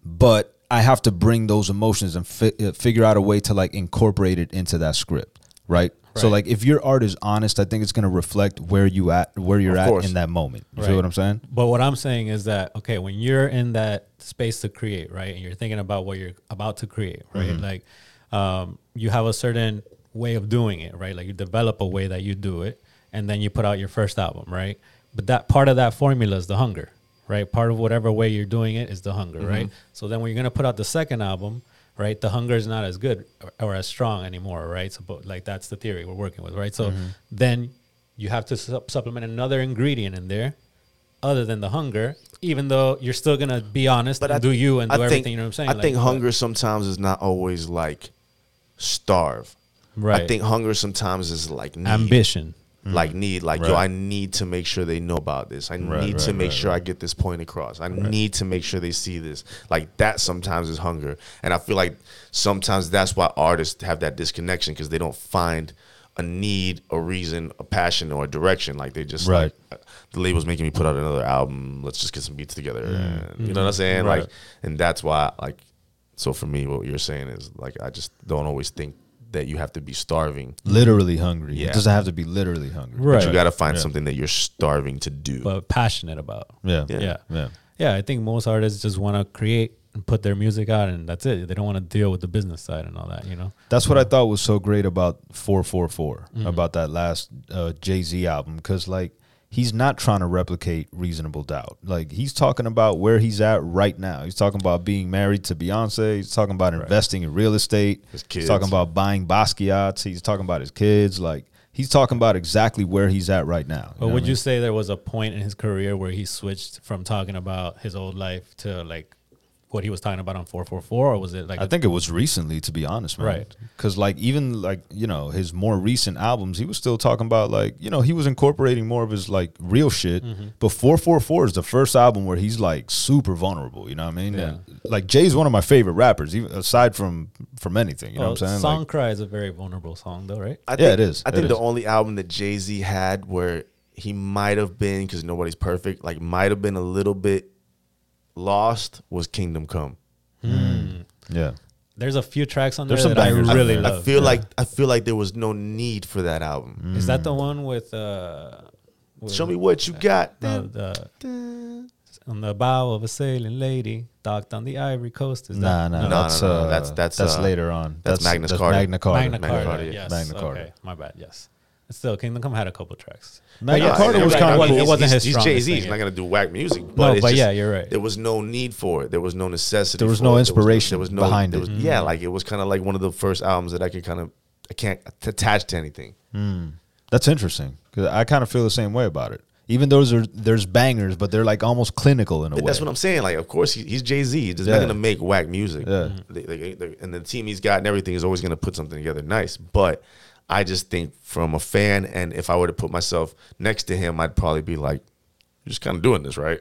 S2: but I have to bring those emotions and fi- uh, figure out a way to like incorporate it into that script, right? So
S3: Right.
S2: like if your art is honest, I think it's going to reflect where you at where you're
S4: Of
S2: at
S4: course.
S2: in that moment. You
S3: Right.
S2: feel what I'm saying?
S3: But what I'm saying is that okay, when you're in that space to create, right, and you're thinking about what you're about to create, right, like um, you have a certain way of doing it, right, like you develop a way that you do it, and then you put out your first album, right. But that part of that formula is the hunger, right? Part of whatever way you're doing it is the hunger, right? So then when you're gonna put out the second album, right? The hunger is not as good or, or as strong anymore, right? So, but like that's the theory we're working with, right? So then you have to sup- supplement another ingredient in there other than the hunger, even though you're still gonna be honest
S4: But
S3: and
S4: I
S3: do you and
S4: I
S3: do everything.
S4: Think,
S3: You know what I'm saying?
S4: I
S3: Like,
S4: think
S3: but-
S4: hunger sometimes is not always like starve. I
S3: Right.
S4: think hunger sometimes is like need.
S3: ambition.
S4: like need like yo
S2: Mm. Right.
S4: i need to make sure they know about this i need to
S2: right,
S4: make
S2: right,
S4: sure i get this point across i need to make sure they see this like that sometimes is hunger and i feel like sometimes that's why artists have that disconnection because they don't find a need a reason a passion or a direction like they just
S2: Right.
S4: like, uh, the label's making me put out another album let's just get some beats together
S2: Mm.
S4: and,
S2: Mm-hmm.
S4: you know what i'm saying
S3: Right.
S4: like and that's why like so for me what you're saying is like i just don't always think that you have to be starving
S2: Literally hungry.
S4: Yeah.
S2: It doesn't have to be literally hungry.
S3: Right.
S4: but you got to find something that you're starving to do.
S3: But passionate about.
S2: Yeah.
S4: Yeah.
S3: Yeah.
S2: Yeah.
S3: Yeah, I think most artists just want to create and put their music out, and that's it. They don't want to deal with the business side and all that, you know.
S2: That's what I thought was so great about 444,
S4: Mm-hmm.
S2: about that last uh, Jay Z album, because like he's not trying to replicate Reasonable Doubt. Like he's talking about where he's at right now. He's talking about being married to Beyonce. He's talking about investing in real estate.
S4: His
S2: He's talking
S4: kids.
S2: about buying Basquiat's. He's talking about his kids. Like he's talking about exactly where he's at right now. know
S3: But
S2: what I
S3: would
S2: mean?
S3: you say there was a point in his career where he switched from talking about his old life to like what he was talking about on 444, or was it like
S2: I
S3: a-
S2: think it was recently, to be honest, man.
S3: Right.
S2: Because like even like you know his more recent albums, he was still talking about like you know he was incorporating more of his like real shit.
S4: Mm-hmm.
S2: But four four four is the first album where he's like super vulnerable. You know what I mean?
S3: Yeah.
S2: And, like Jay's one of my favorite rappers, even aside from from anything. You know
S4: Oh,
S3: Well,
S2: what I'm saying?
S3: Song
S2: Like,
S3: Cry is a very vulnerable song, though, right?
S4: I
S2: Yeah,
S4: think-
S2: it is.
S4: I
S2: It
S4: think the
S2: is.
S4: only album that Jay Z had where he might have been because nobody's perfect, like might have been a little bit lost was Kingdom Come.
S2: yeah.
S3: There's a few tracks on there
S2: There's some
S3: that I
S2: bangers on
S3: really
S2: there.
S4: I
S3: love.
S4: feel like I feel like there was no need for that album.
S3: Is that the one with uh? with-
S4: Show me what you got.
S3: no, the- on the bow of a sailing lady docked on the ivory coast. Is
S2: Nah,
S3: that
S2: nah,
S4: No,
S2: that's
S4: no, no,
S2: uh,
S4: that's- that's,
S2: that's
S4: uh,
S2: later on.
S4: that's Magna Carta.
S2: Magna Carta.
S3: Magna, Carta?
S4: Carta,
S3: Yes,
S2: Magna Carta.
S3: Okay, my bad. Yes, still Kingdom Come had a couple tracks.
S2: Magna
S3: But yeah,
S2: Carta
S3: you're
S2: was
S3: right,
S2: kinda
S3: it wasn't-
S2: cool.
S3: It wasn't his
S4: He's
S3: strongest
S4: Jay Z.
S3: thing,
S4: He's
S3: yeah.
S4: not gonna do whack music, but, it's
S3: but
S4: just-
S3: yeah, you're right.
S4: There was no need for it. There was no necessity.
S2: There was
S4: for
S2: no
S4: it.
S2: inspiration behind
S4: there
S2: it.
S4: was- Yeah, like it was kind of like one of the first albums that I could kind of I can't attach to anything.
S2: That's interesting because I kind of feel the same way about it. Even those are there's bangers, but they're like almost clinical in a way.
S4: That's what I'm saying. Like, of course, he, he's Jay Z. He's just
S2: Yeah.
S4: not gonna make whack music.
S2: Yeah.
S4: They- they- they- and the team he's got and everything is always gonna put something together nice. But I just think from a fan, and if I were to put myself next to him, I'd probably be like, "You're just kind of doing this, right?"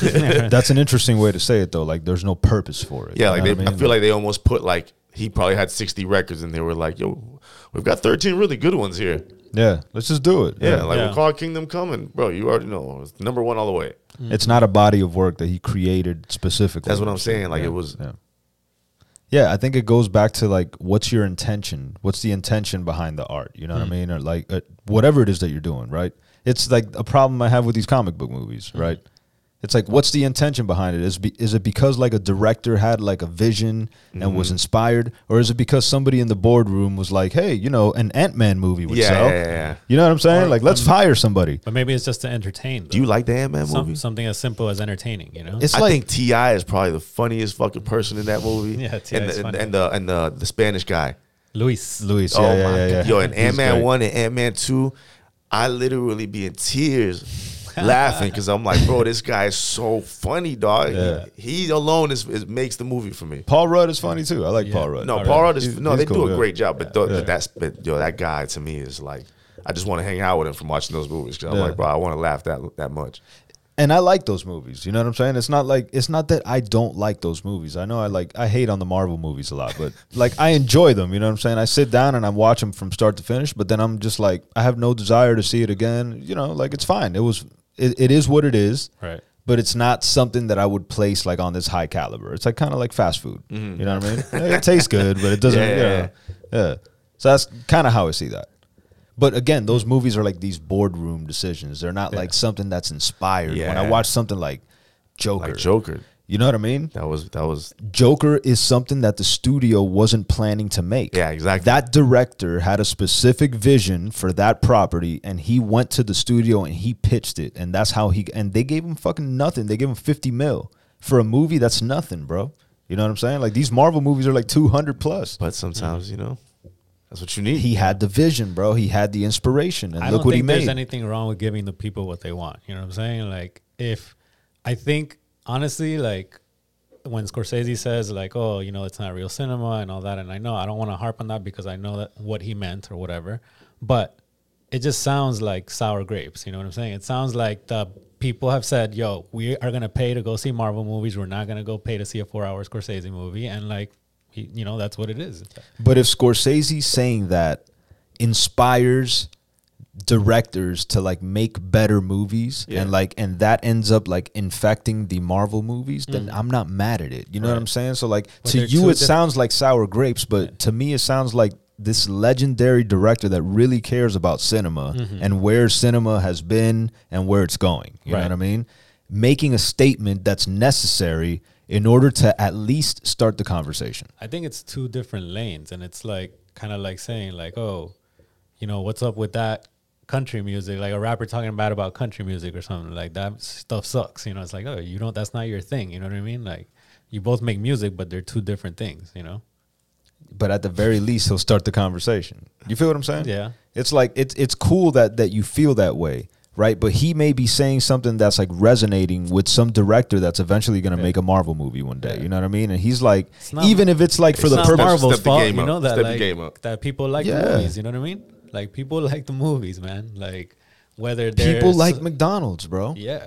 S2: That's an interesting way to say it though. Like there's no purpose for it.
S4: Yeah,
S2: You
S4: like
S2: know
S4: they,
S2: what
S4: I feel like they almost put like he probably had 60 records, and they were like, "Yo, we've got 13 really good ones here."
S2: yeah, let's just do it.
S4: Yeah, like
S3: Yeah.
S4: we'll call it Kingdom Coming, bro. You already know it's number one all the way.
S2: Mm-hmm. it's not a body of work that he created specifically.
S4: That's what I'm saying. Like
S2: Yeah,
S4: it was.
S2: Yeah. Yeah, I think it goes back to like, what's your intention? What's the intention behind the art? You know
S4: Mm.
S2: what I mean? Or like, uh, whatever it is that you're doing, right? It's like a problem I have with these comic book movies,
S4: Mm-hmm.
S2: right? It's like, what's the intention behind it? Is be, is it because like a director had like a vision and
S4: Mm-hmm.
S2: was inspired, or is it because somebody in the boardroom was like, hey, you know, an Ant Man movie would
S4: Yeah,
S2: sell?
S4: yeah, Mm-hmm. yeah, yeah.
S2: You know what I'm saying? like, let's hire somebody.
S3: But maybe it's just to entertain.
S4: Do you like the Ant Man movie?
S3: Some, something as simple as entertaining, you know?
S2: It's
S4: I
S2: like
S4: think Ti is probably the funniest fucking person in that movie.
S3: Yeah, T.I.
S4: and
S3: is
S4: the, and,
S3: funny.
S4: and the and the the Spanish guy.
S3: Luis.
S2: Luis.
S4: oh
S2: yeah, yeah,
S4: my
S2: yeah, yeah.
S4: god, yo, and
S2: He's
S4: Ant Man
S2: great.
S4: one and Ant Man two, I literally be in tears, laughing because I'm like, bro, this guy is so funny, dog.
S2: Yeah.
S4: He, he alone is, is makes the movie for me.
S2: Paul Rudd is funny too. I like Paul Rudd.
S4: No, Paul Rudd
S2: He's-
S4: is no,
S2: he's
S4: they
S2: cool,
S4: do
S2: yeah.
S4: a great job, but, th- but that's but yo, that guy to me is like, I just want to hang out with him from watching those movies because I'm
S2: Yeah.
S4: like, bro, I want to laugh that that much.
S2: and I like those movies. You know what I'm saying? It's not like it's not that I don't like those movies. I know I like I hate on the Marvel movies a lot, but like I enjoy them. You know what I'm saying? I sit down and I watch them from start to finish, but then I'm just like I have no desire to see it again. You know, like it's fine. It was it, it is what it is.
S3: Right.
S2: But it's not something that I would place like on this high caliber. It's like kind of like fast food. You know what I mean? Eh, it tastes good, but it doesn't.
S4: Mm-hmm. Yeah,
S2: Yeah.
S4: yeah,
S2: yeah. So that's kind of how I see that. But again, those movies are like these boardroom decisions. They're not like something that's inspired. When I
S4: Yeah.
S2: watch something like Joker,
S4: Like Joker,
S2: you know what I mean?
S4: that was that was
S2: Joker is something that the studio wasn't planning to make.
S4: Yeah, exactly.
S2: That director had a specific vision for that property, and he went to the studio and he pitched it, and that's how he. And they gave him fucking nothing. They gave him fifty mil for a movie that's nothing, bro. You know what I'm saying? Like these Marvel movies are like two hundred plus.
S4: But sometimes, you know, that's what you need.
S2: He had the vision, bro. He had the inspiration, and
S3: I
S2: look
S3: don't
S2: what
S3: think
S2: he made.
S3: there's anything wrong with giving the people what they want. You know what I'm saying? Like if I think honestly, like when Scorsese says like, "Oh, you know, it's not real cinema and all that," and I know I don't want to harp on that because I know that what he meant or whatever, but it just sounds like sour grapes. You know what I'm saying? It sounds like the people have said, "Yo, we are gonna pay to go see Marvel movies. We're not gonna go pay to see a four-hour Scorsese movie," and like. he- You know that's what it is.
S2: But if Scorsese saying that inspires directors to like make better movies and like and that ends up like infecting the Marvel movies, then I'm not mad at it. You know what I'm saying? So like to
S3: Mm. they're
S2: you it
S3: two diff-
S2: sounds like sour grapes, but to me it sounds like this legendary director that really cares about cinema
S3: Mm-hmm.
S2: and where cinema has been and where it's going. You know
S3: Right.
S2: what I mean? Making a statement that's necessary in order to at least start the conversation.
S3: I think it's two different lanes, and it's like kind of like saying like, oh, you know, what's up with that country music? Like a rapper talking bad about country music or something like that stuff sucks. You know, it's like oh, you don't. That's not your thing. You know what I mean? Like you both make music, but they're two different things. You know?
S2: but at the very least he'll start the conversation you feel what i'm saying
S3: Yeah.
S2: it's like it's it's cool that that you feel that way right but he may be saying something that's like resonating with some director that's eventually going to make a marvel movie one day you know what i mean and he's like
S3: not-
S2: even if it's like for
S3: It's
S2: the
S3: not
S2: purpose
S3: Marvel's
S4: Step the
S3: fault.
S4: game
S3: you
S4: up.
S3: know that
S4: Step the
S3: like
S4: game up.
S3: that people like
S2: Yeah.
S3: the movies. You know what I mean? Like people like the movies, man. Like whether they're
S2: people like
S3: so-
S2: mcdonald's bro
S3: yeah,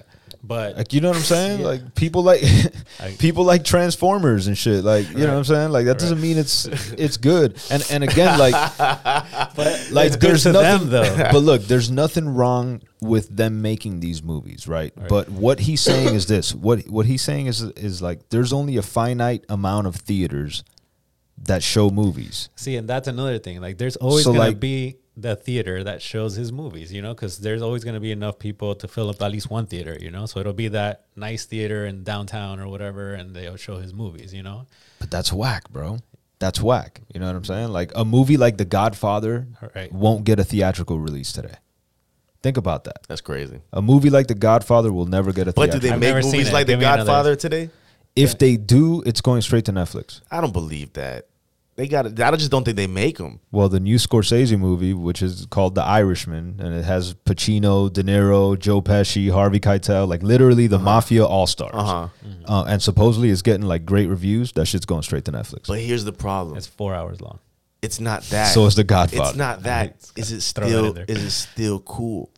S3: but
S2: Like you know what I'm saying?
S3: Yeah.
S2: Like people like
S3: I-
S2: people like Transformers and shit. Like you know what I'm saying? Like that doesn't mean it's it's good. And and again, like like
S3: it's good
S2: there's
S3: to
S2: nothing.
S3: them, though.
S2: but look, there's nothing wrong with them making these movies, right? But what he's saying is this: what what he's saying is is like there's only a finite amount of theaters that show movies.
S3: See, and that's another thing. Like, there's always
S2: So,
S3: gonna
S2: like-
S3: be the theater that shows his movies, you know, because there's always gonna be enough people to fill up at least one theater, you know. So it'll be that nice theater in downtown or whatever, and they'll show his movies, you know.
S2: But that's whack, bro. That's whack. You know what I'm saying? Like a movie like The Godfather
S3: Right.
S2: won't get a theatrical release today. Think about that.
S4: That's crazy.
S2: A movie like The Godfather will never get a
S4: But do
S2: theatrical.
S4: they
S3: I've
S4: make
S3: never seen
S4: movies
S3: it.
S4: like The
S3: Give me another.
S4: Godfather today?
S2: if they do, it's going straight to Netflix.
S4: I don't believe that. They got it. I just don't think they make them.
S2: Well, the new Scorsese movie, which is called The Irishman, and it has Pacino, De Niro, Joe Pesci, Harvey Keitel, like literally the mafia all stars.
S4: Uh-huh.
S2: Uh, and supposedly it's getting like great reviews. That shit's going straight to Netflix.
S4: But here's the problem.
S3: It's four hours long.
S4: It's not that.
S2: So is The Godfather.
S4: It's not that. Is it
S3: Throw that in
S4: still?
S3: there.
S4: Is it still cool?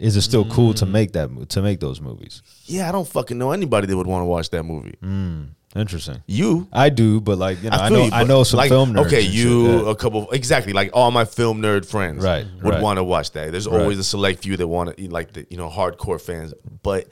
S2: is it still cool
S4: Mm.
S2: to make that mo- to make those movies?
S4: Yeah, I don't fucking know anybody that would want to watch that movie.
S2: Interesting.
S4: You.
S2: I do, but like you know, Mm. I,
S4: feel
S2: know
S4: you,
S2: I
S4: but,
S2: know some
S4: like,
S2: film nerds.
S4: Okay,
S2: and shit,
S4: you
S2: yeah.
S4: a couple exactly like all my film nerd friends
S2: Right,
S4: would
S2: right.
S4: want to watch that. There's
S2: Right.
S4: always a select few that want to like the you know hardcore fans, but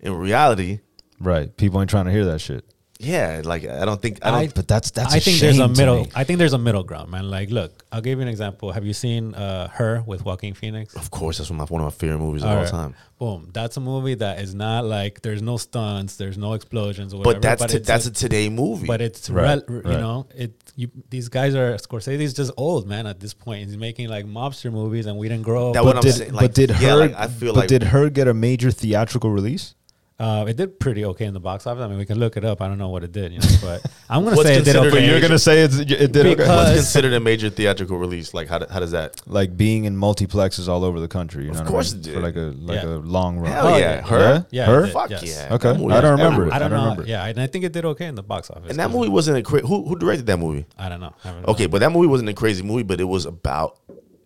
S4: in reality,
S2: right? People ain't trying to hear that shit.
S4: yeah, like I don't think I don't.
S2: I- but that's that's.
S3: I
S2: a
S3: think there's a
S2: shame to
S3: middle.
S2: me.
S3: I think there's a middle ground, man. Like, look, I'll give you an example. Have you seen uh, her with Joaquin Phoenix?
S4: of course, that's one of my, one of my favorite movies of all
S3: Alright.
S4: time.
S3: Boom. That's a movie that is not like there's no stunts, there's no explosions, or whatever.
S4: But that's to-
S3: it's
S4: that's
S3: a-
S4: a today movie.
S3: but it's
S2: Right,
S3: rel-
S2: right.
S3: you know it. You, these guys are Scorsese's just old man at this point. He's making like mobster movies, and we didn't grow.
S4: That
S3: up.
S4: what
S2: But
S4: I'm
S2: did,
S4: saying,
S2: but
S4: like,
S2: did
S4: yeah,
S2: her?
S4: like, I feel
S2: but
S4: like-
S2: did her get a major theatrical release?
S3: Uh, it did pretty okay in the box office. I mean, we can look it up. I don't know what it did, you know, but I'm gonna
S4: What's
S3: say it did
S4: considered
S3: okay.
S4: But you're gonna
S2: say it's, it
S3: did okay.
S4: What's
S3: Because-
S4: considered a major theatrical release? Like how, do- how does that?
S2: like being in multiplexes all over the country. You know what I
S4: course
S2: mean?
S4: it did.
S2: for like a like
S3: Yeah.
S2: a long run.
S4: Hell
S3: Oh,
S4: yeah,
S3: yeah.
S4: her.
S3: Yeah,
S2: Her?
S3: it did,
S4: Fuck
S3: yes.
S4: yeah.
S2: Okay,
S4: That movie
S2: I don't
S4: was
S2: remember it.
S4: everywhere.
S3: I don't,
S2: I don't
S3: know.
S2: remember.
S3: Yeah, and I think it did okay in the box office.
S4: And that movie wasn't a cra- who who directed that movie?
S3: I don't know. I haven't-
S4: Okay, but that movie wasn't a crazy movie, but it was about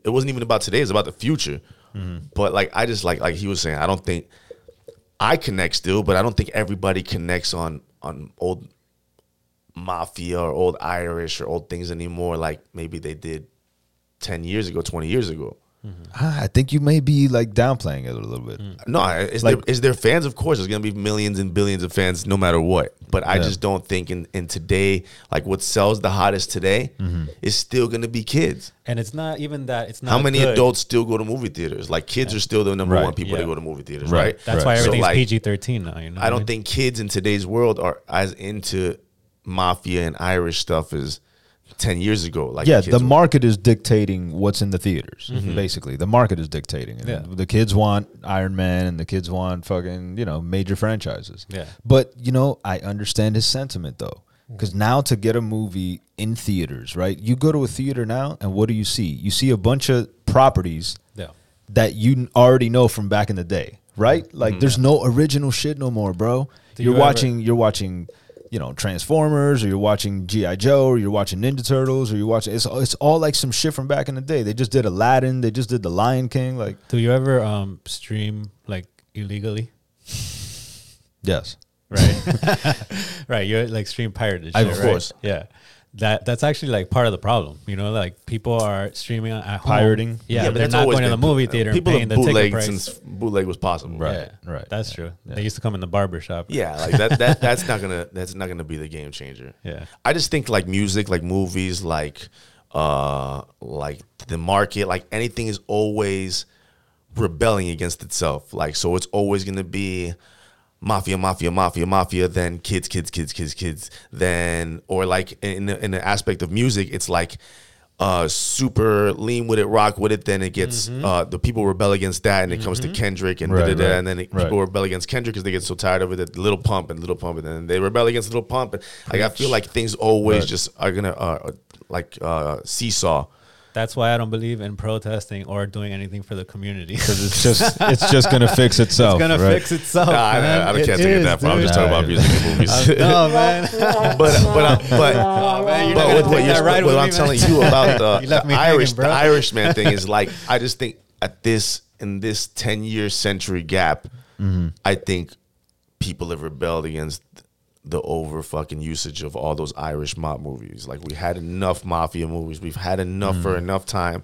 S4: it wasn't even about today, it's about the future.
S2: Mm-hmm.
S4: But like I just like like he was saying, I don't think I connect still, but I don't think everybody connects on on old mafia or old Irish or old things anymore like maybe they did 10 years ago, 20 years ago.
S2: Ah, I think you may be like downplaying it a little bit.
S3: Mm.
S4: No, I- is
S2: Like-
S4: there is there fans? Of course, there's gonna be millions and billions of fans no matter what. But I
S2: Yeah.
S4: just don't think in, in today, like what sells the hottest today
S2: Mm-hmm.
S4: is still gonna be kids.
S3: And it's not even that. It's not
S4: How many
S3: good.
S4: adults still go to movie theaters? Like kids are still the number
S2: Right.
S4: one people
S3: Yeah.
S4: that go to movie theaters,
S2: Right.
S4: right?
S3: That's
S2: Right.
S3: why
S4: So,
S3: everything's
S4: like,
S3: PG-13 now. You know, what
S4: I don't
S3: mean?
S4: think kids in today's world are as into mafia and Irish stuff as ten years ago. Like
S2: Yeah,
S4: kids
S2: the
S4: were-
S2: market is dictating what's in the theaters. Basically, the market is dictating. it.
S3: Yeah.
S2: The kids want Iron Man, and the kids want fucking you know major franchises.
S3: Yeah.
S2: but you know I understand his sentiment though, because now to get a movie in theaters, right? You go to a theater now, and what do you see? You see a bunch of properties
S3: Yeah.
S2: that you n- already know from back in the day, right? Like
S3: Mm-hmm.
S2: there's no original shit no more, bro.
S3: Do
S2: you're
S3: you ever-
S2: watching you're watching you know Transformers or you're watching GI Joe or you're watching Ninja Turtles or you're watching it's it's all like some shit from back in the day. They just did Aladdin, they just did The Lion King like
S3: Do you ever um stream like illegally?
S2: yes.
S3: right? right. You're like stream pirated.
S2: I-
S3: Shit,
S2: of
S3: right?
S2: course.
S3: Yeah. That that's actually like part of the problem. You know, like people are streaming at home.
S2: Pirating.
S3: Yeah,
S4: but
S3: they're
S4: that's
S3: not
S4: always
S3: going to the
S4: been-
S3: movie theater
S4: People
S3: and paying
S4: have
S3: the ticket
S4: bootlegged
S3: price.
S4: since bootleg was possible,
S2: Right.
S3: yeah, right. That's true. They used to come in the barber shop.
S4: Yeah, like that, that that's not gonna that's not gonna be the game changer.
S3: Yeah.
S4: I just think like music, like movies, like uh like the market, like anything is always rebelling against itself. Like so it's always gonna be mafia, mafia, mafia, mafia, then kids, kids, kids, kids, kids, then or like in the in the aspect of music, it's like uh, super lean with it, rock with it. Then it gets uh, the people rebel against that, and it comes to Kendrick and
S2: Right,
S4: da-da-da,
S2: right,
S4: and then it,
S2: right.
S4: people rebel against Kendrick because they get so tired of it. That little pump and little pump, and then they rebel against little pump. And like I feel like things always
S2: Right.
S4: just are gonna uh, like uh, seesaw.
S3: That's why I don't believe in protesting or doing anything for the community.
S2: Cuz it's just it's just going to fix itself,
S3: it's gonna
S2: right?
S3: fix itself.
S4: Nah, I,
S3: man.
S4: I, I
S3: It
S4: can't take it
S3: is,
S4: that far. I'm
S3: dude.
S4: just talking about
S2: dude.
S4: music and movies.
S3: No man.
S4: but but uh, but.
S3: Oh, man, you're not
S4: But
S3: gonna
S4: with what,
S3: take
S4: you're,
S3: that ride
S4: what
S3: with
S4: I'm
S3: me, man.
S4: telling you about the,
S3: You left
S4: the
S3: me hanging,
S4: Irish, the
S3: bro.
S4: Irishman thing is like, I just think at this in this 10 year century gap,
S3: Mm-hmm.
S4: I think people have rebelled against the over fucking usage of all those Irish mob movies. Like we had enough mafia movies. We've had enough for
S3: Mm-hmm.
S4: enough time.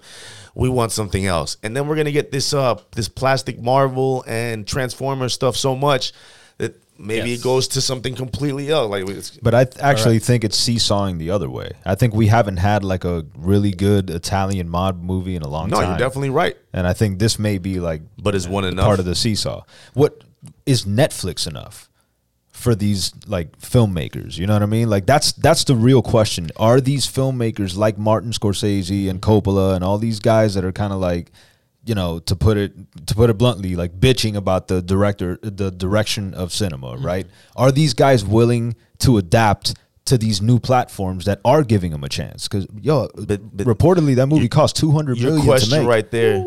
S4: We want something else. And then we're gonna get this uh this plastic Marvel and Transformer stuff so much that maybe
S3: Yes.
S4: it goes to something completely else. Like it's,
S2: But I th- actually think it's seesawing the other way. I think we haven't had like a really good Italian mob movie in a long
S4: no,
S2: time.
S4: you're definitely right.
S2: And I think this may be like
S4: But is one enough?
S2: part of the seesaw. What is Netflix enough for these like filmmakers? You know what I mean? Like that's that's the real question. Are these filmmakers like Martin Scorsese and Coppola and all these guys that are kind of like, you know, to put it to put it bluntly, like bitching about the
S4: Mm-hmm.
S2: director the direction of cinema, right? Are these guys willing to adapt to these new platforms that are giving them a chance. Because yo,
S4: But- but
S2: reportedly that movie
S4: you-
S2: cost two hundred
S4: Your
S2: million to
S4: question
S2: make.
S4: right there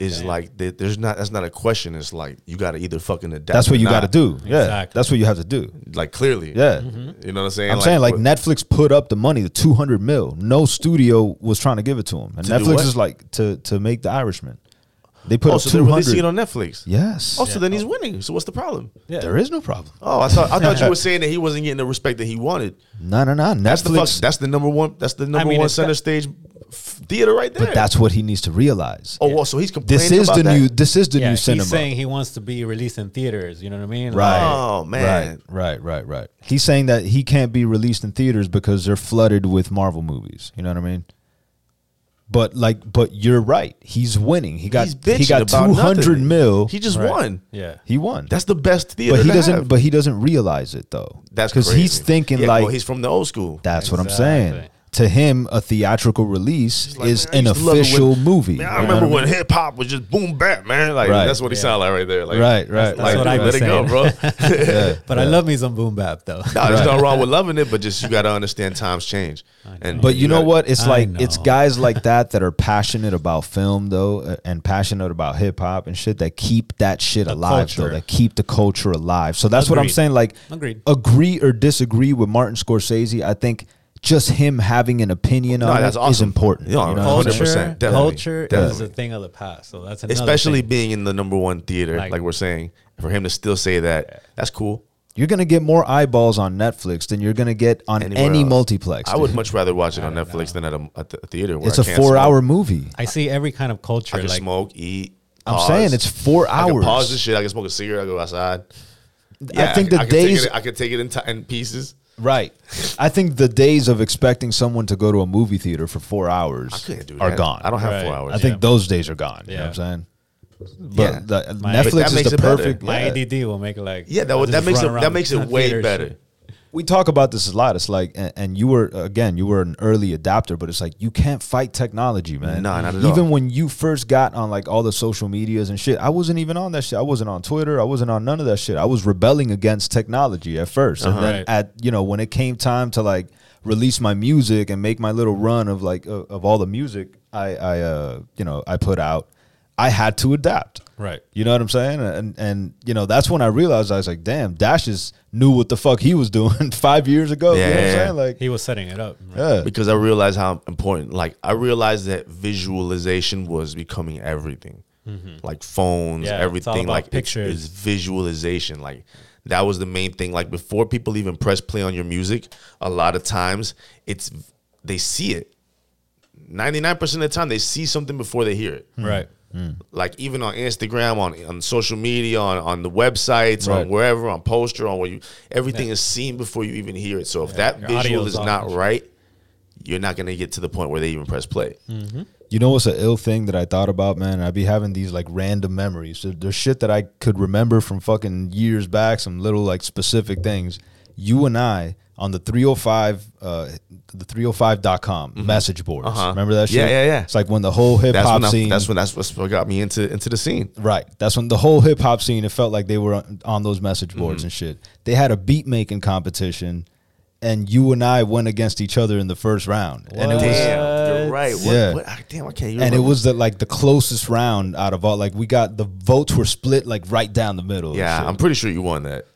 S4: is like there- there's not that's not a question. It's like you got to either fucking adapt.
S2: That's what
S4: or
S2: you got
S4: not.
S2: to do. Yeah,
S3: Exactly.
S2: that's what you have to do.
S4: Like clearly.
S2: Yeah.
S3: Mm-hmm.
S4: You know what I'm saying?
S2: I'm saying like
S4: what-
S2: Netflix put up the money, the 200 mil. No studio was trying to give it to them, and
S4: To do
S2: Netflix
S4: what?
S2: is like to to make The Irishman. They put
S4: Oh,
S2: up
S4: so they're
S2: 200.
S4: releasing it on Netflix.
S2: yes,
S4: Oh, so then he's winning. So what's the problem?
S3: Yeah.
S2: there is no problem.
S4: Oh, I thought I thought you were saying that he wasn't getting the respect that he wanted.
S2: No, no, no. Netflix.
S4: That's the fuck, that's the number one that's the number
S3: mean,
S4: one
S3: it's
S4: center
S3: that-
S4: stage f- theater right there.
S2: but that's what he needs to realize.
S4: oh, well, so he's
S2: this
S4: complaining.
S2: is
S4: about
S2: the
S4: that?
S2: new. This is the
S3: yeah,
S2: new cinema.
S3: He's saying he wants to be released in theaters. You know what I mean?
S2: Right.
S4: Oh man,
S2: Right, right, right, right. He's saying that he can't be released in theaters because they're flooded with Marvel movies. You know what I mean? But like, but you're right. He's winning. He got
S4: he's bitching
S2: he got
S4: about
S2: two hundred
S4: nothing.
S2: mil.
S4: He just
S3: Right.
S4: won.
S3: Yeah.
S2: he won.
S4: That's the best theater.
S2: but he
S4: to
S2: doesn't.
S4: have.
S2: But he doesn't realize it though.
S4: that's
S2: because he's
S4: crazy.
S2: thinking
S4: Yeah,
S2: like
S4: well, he's from the old school.
S2: that's what I'm saying.
S3: Exactly.
S2: To him, a theatrical release
S4: like,
S2: is
S4: man, I
S2: an
S4: used to love it when-
S2: official movie.
S4: Man,
S2: You
S4: I
S2: know
S4: remember
S2: what
S4: when hip hop was just boom bap, man. Like
S2: Right.
S4: that's what he sounded like right there. Like,
S2: Right, right.
S3: That's
S4: like,
S3: what I
S4: let
S3: was
S4: it
S3: saying.
S4: go, bro.
S2: Yeah.
S3: But I love me some boom bap though.
S4: Nah, there's nothing wrong with loving it, but just you gotta understand times change. And
S2: But you know
S4: gotta-
S2: what? It's
S3: I
S2: like it's
S3: know.
S2: guys like that that are passionate about film though, uh, and passionate about hip hop and shit that keep that shit alive though,
S3: culture.
S2: that keep the culture alive. So that's what I'm
S3: Agreed.
S2: saying. Like,
S3: Agreed.
S2: agree or disagree with Martin Scorsese. I think just him having an opinion
S4: No,
S2: on
S4: that's
S2: it is
S4: awesome.
S2: important.
S4: Yeah,
S2: you know what I'm saying?
S4: 100%,
S3: Culture,
S4: definitely,
S3: culture is
S4: definitely.
S3: a thing of the past. So that's another
S4: especially
S3: thing.
S4: being in the number one theater, like,
S3: Like-
S4: we're saying, for him to still say that, that's cool.
S2: You're gonna get more eyeballs on Netflix than you're gonna get on
S4: Anywhere
S2: any
S4: else.
S2: multiplex.
S4: I would
S2: dude.
S4: much rather watch it on Netflix than at a, at the a theater. Where
S2: It's
S4: I
S2: a
S4: can't smoke.
S2: four-hour movie.
S3: I see every kind of culture.
S4: I can
S3: like
S4: smoke, eat.
S2: I'm
S4: pause.
S2: saying it's four
S4: I can
S2: hours.
S4: pause this shit. I can smoke a cigarette. I go outside.
S2: I think the
S4: can- I can take
S2: days-
S4: it- I can take it in, ti in pieces.
S2: Right. I think the days of expecting someone to go to a movie theater for four hours
S4: I couldn't do
S2: are
S4: that.
S2: gone.
S4: I don't have four
S3: Right.
S4: hours.
S2: I think those days are gone. You know
S3: Yeah.
S2: what I'm saying? But
S4: Yeah.
S2: the,
S3: My- But
S2: Netflix
S4: that
S2: is
S4: makes
S2: the
S4: it better.
S2: perfect.
S3: my
S2: yeah.
S3: ADD will make it like
S4: yeah, that
S3: I'll
S4: would, that
S3: just
S4: makes
S3: run
S4: it
S3: around
S4: that
S3: the
S4: makes it way
S3: theater
S4: better.
S3: shit.
S2: We talk about this a lot. It's like, and, and you were again, you were an early adopter, but it's like you can't fight technology, man.
S4: No, not at all.
S2: Even when you first got on like all the social medias and shit, I wasn't even on that shit. I wasn't on Twitter. I wasn't on none of that shit. I was rebelling against technology at 1st
S4: Uh-huh.
S2: and then
S3: Right.
S2: at you know when it came time to like release my music and make my little run of like of, of all the music I I uh you know I put out, I had to adapt.
S3: Right.
S2: You know what I'm saying? And and you know that's when I realized I was like, damn, Dash just knew what the fuck he was doing five years ago. you know what I'm
S4: Yeah.
S2: saying? Like,
S3: He was setting it up. right?
S2: yeah,
S4: because I realized how important. Like I realized that visualization was becoming everything. Like
S3: Mm-hmm.
S4: phones,
S3: Yeah, it's all
S4: everything.
S3: about
S4: like it's-
S3: pictures.
S4: it's visualization. Like that was the main thing. Like before people even press play on your music, a lot of times it's they see it. Ninety nine percent of the time, they see something before they hear it.
S3: Mm. Right.
S4: Mm. Like even on Instagram, on on social media, on on the websites,
S2: Right.
S4: on wherever, on poster, on where you everything is seen before you even hear it. So if that
S3: your audio
S4: visual
S3: is
S4: is
S3: off.
S4: not right, you're not gonna get to the point where they even press play.
S2: Hmm. You know what's an ill thing that I thought about, man? I'd be having these like random memories. There- There's shit that I could remember from fucking years back, some little like specific things. You and I on the 305, uh, the 305.com message boards. Remember that shit?
S4: Mm-hmm. Uh-huh. Yeah, yeah, yeah.
S2: It's like when the whole hip
S4: That's
S2: hop
S4: when I,
S2: scene.
S4: that's when that's what's what got me into into the scene.
S2: Right. That's when the whole hip hop scene, it felt like they were on, on those message boards
S4: Mm-hmm.
S2: and shit. They had a beat making competition, and you and I went against each other in the first round. And it was
S4: Damn, you're right. What,
S2: Yeah.
S4: what- I- damn, I can't. you
S2: and it
S4: remember-
S2: was the like the closest round out of all. Like we got the votes were split like right down the middle. and
S4: yeah.
S2: shit.
S4: I'm pretty sure you won that.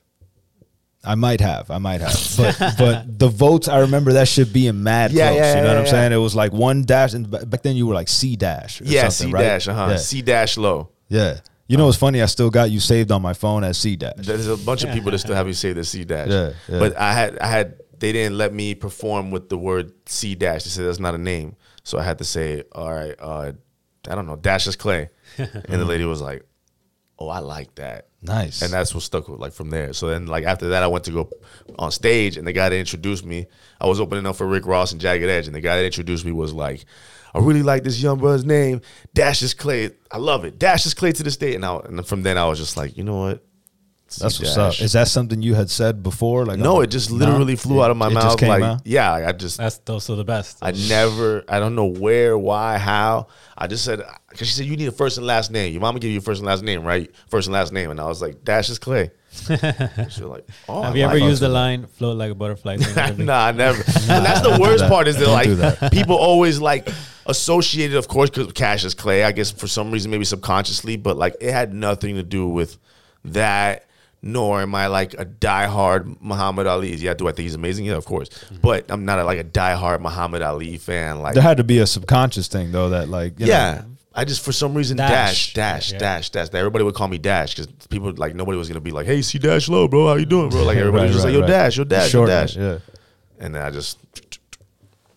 S2: I might have, I might have, but but the votes. I remember that shit being mad
S4: Yeah,
S2: close.
S4: yeah,
S2: you know
S4: yeah,
S2: what I'm
S4: yeah.
S2: saying? It was like one dash, and ba- back then you were like C dash. Or
S4: Yeah, C
S2: something, right?
S4: dash. Uh huh.
S2: Yeah.
S4: C Uh-huh. dash low.
S2: yeah. You know what's funny? I still got you saved on my phone as C dash.
S4: There's a bunch of people that still have you say the C dash.
S2: Yeah, yeah.
S4: But I had I had they didn't let me perform with the word C dash. They said that's not a name. So I had to say, all right, uh, I don't know, Dash is Clay. and the lady was like, Oh, I like that.
S2: Nice.
S4: And that's what stuck with like from there. So then like after that I went to go on stage and the guy that introduced me, I was opening up for Rick Ross and Jagged Edge, and the guy that introduced me was like, I really like this young brother's name, Dash is Clay. I love it. Dash is Clay to this day. And I, and from then I was just like, you know what?
S2: That's what's
S4: C-dash.
S2: up. Is that something you had said before? Like
S4: No,
S2: I'm-
S4: it just literally
S2: No?
S4: flew
S2: It-
S4: out of my
S2: it
S4: mouth.
S2: just came
S4: like,
S2: out?
S4: yeah, I just,
S3: That's those are the best.
S4: I never, I don't know where, why, how. I just said, because she said, you need a first and last name. Your mama gave you a first and last name, right? First and last name. And I was like, Dash is Clay. So you're like, oh,
S3: Have
S4: I
S3: you ever
S4: like
S3: used the
S4: that.
S3: line "float like a butterfly"? thing?
S4: nah, I never. and that's the worst part is that
S2: Don't
S4: like
S2: do that.
S4: people always like associated, of course, because Cash is Clay. I guess for some reason, maybe subconsciously, but like it had nothing to do with that. Nor am I like a diehard Muhammad Ali. Yeah, do I think he's amazing? Yeah, of course.
S2: Mm-hmm.
S4: But I'm not like a diehard Muhammad Ali fan. Like
S2: There had to be a subconscious thing though that like you know,
S4: yeah. I just for some reason dash
S3: Dash.
S4: dash
S3: Yeah.
S4: dash dash. Everybody would call me dash because people like nobody was gonna be like, "Hey, C dash low, bro, how you doing, bro?" Like everybody
S2: Right,
S4: was just
S2: right,
S4: like, "Yo
S2: right.
S4: dash, yo dash, yo
S2: Shorten it,
S4: dash,"
S2: Yeah.
S4: and then I just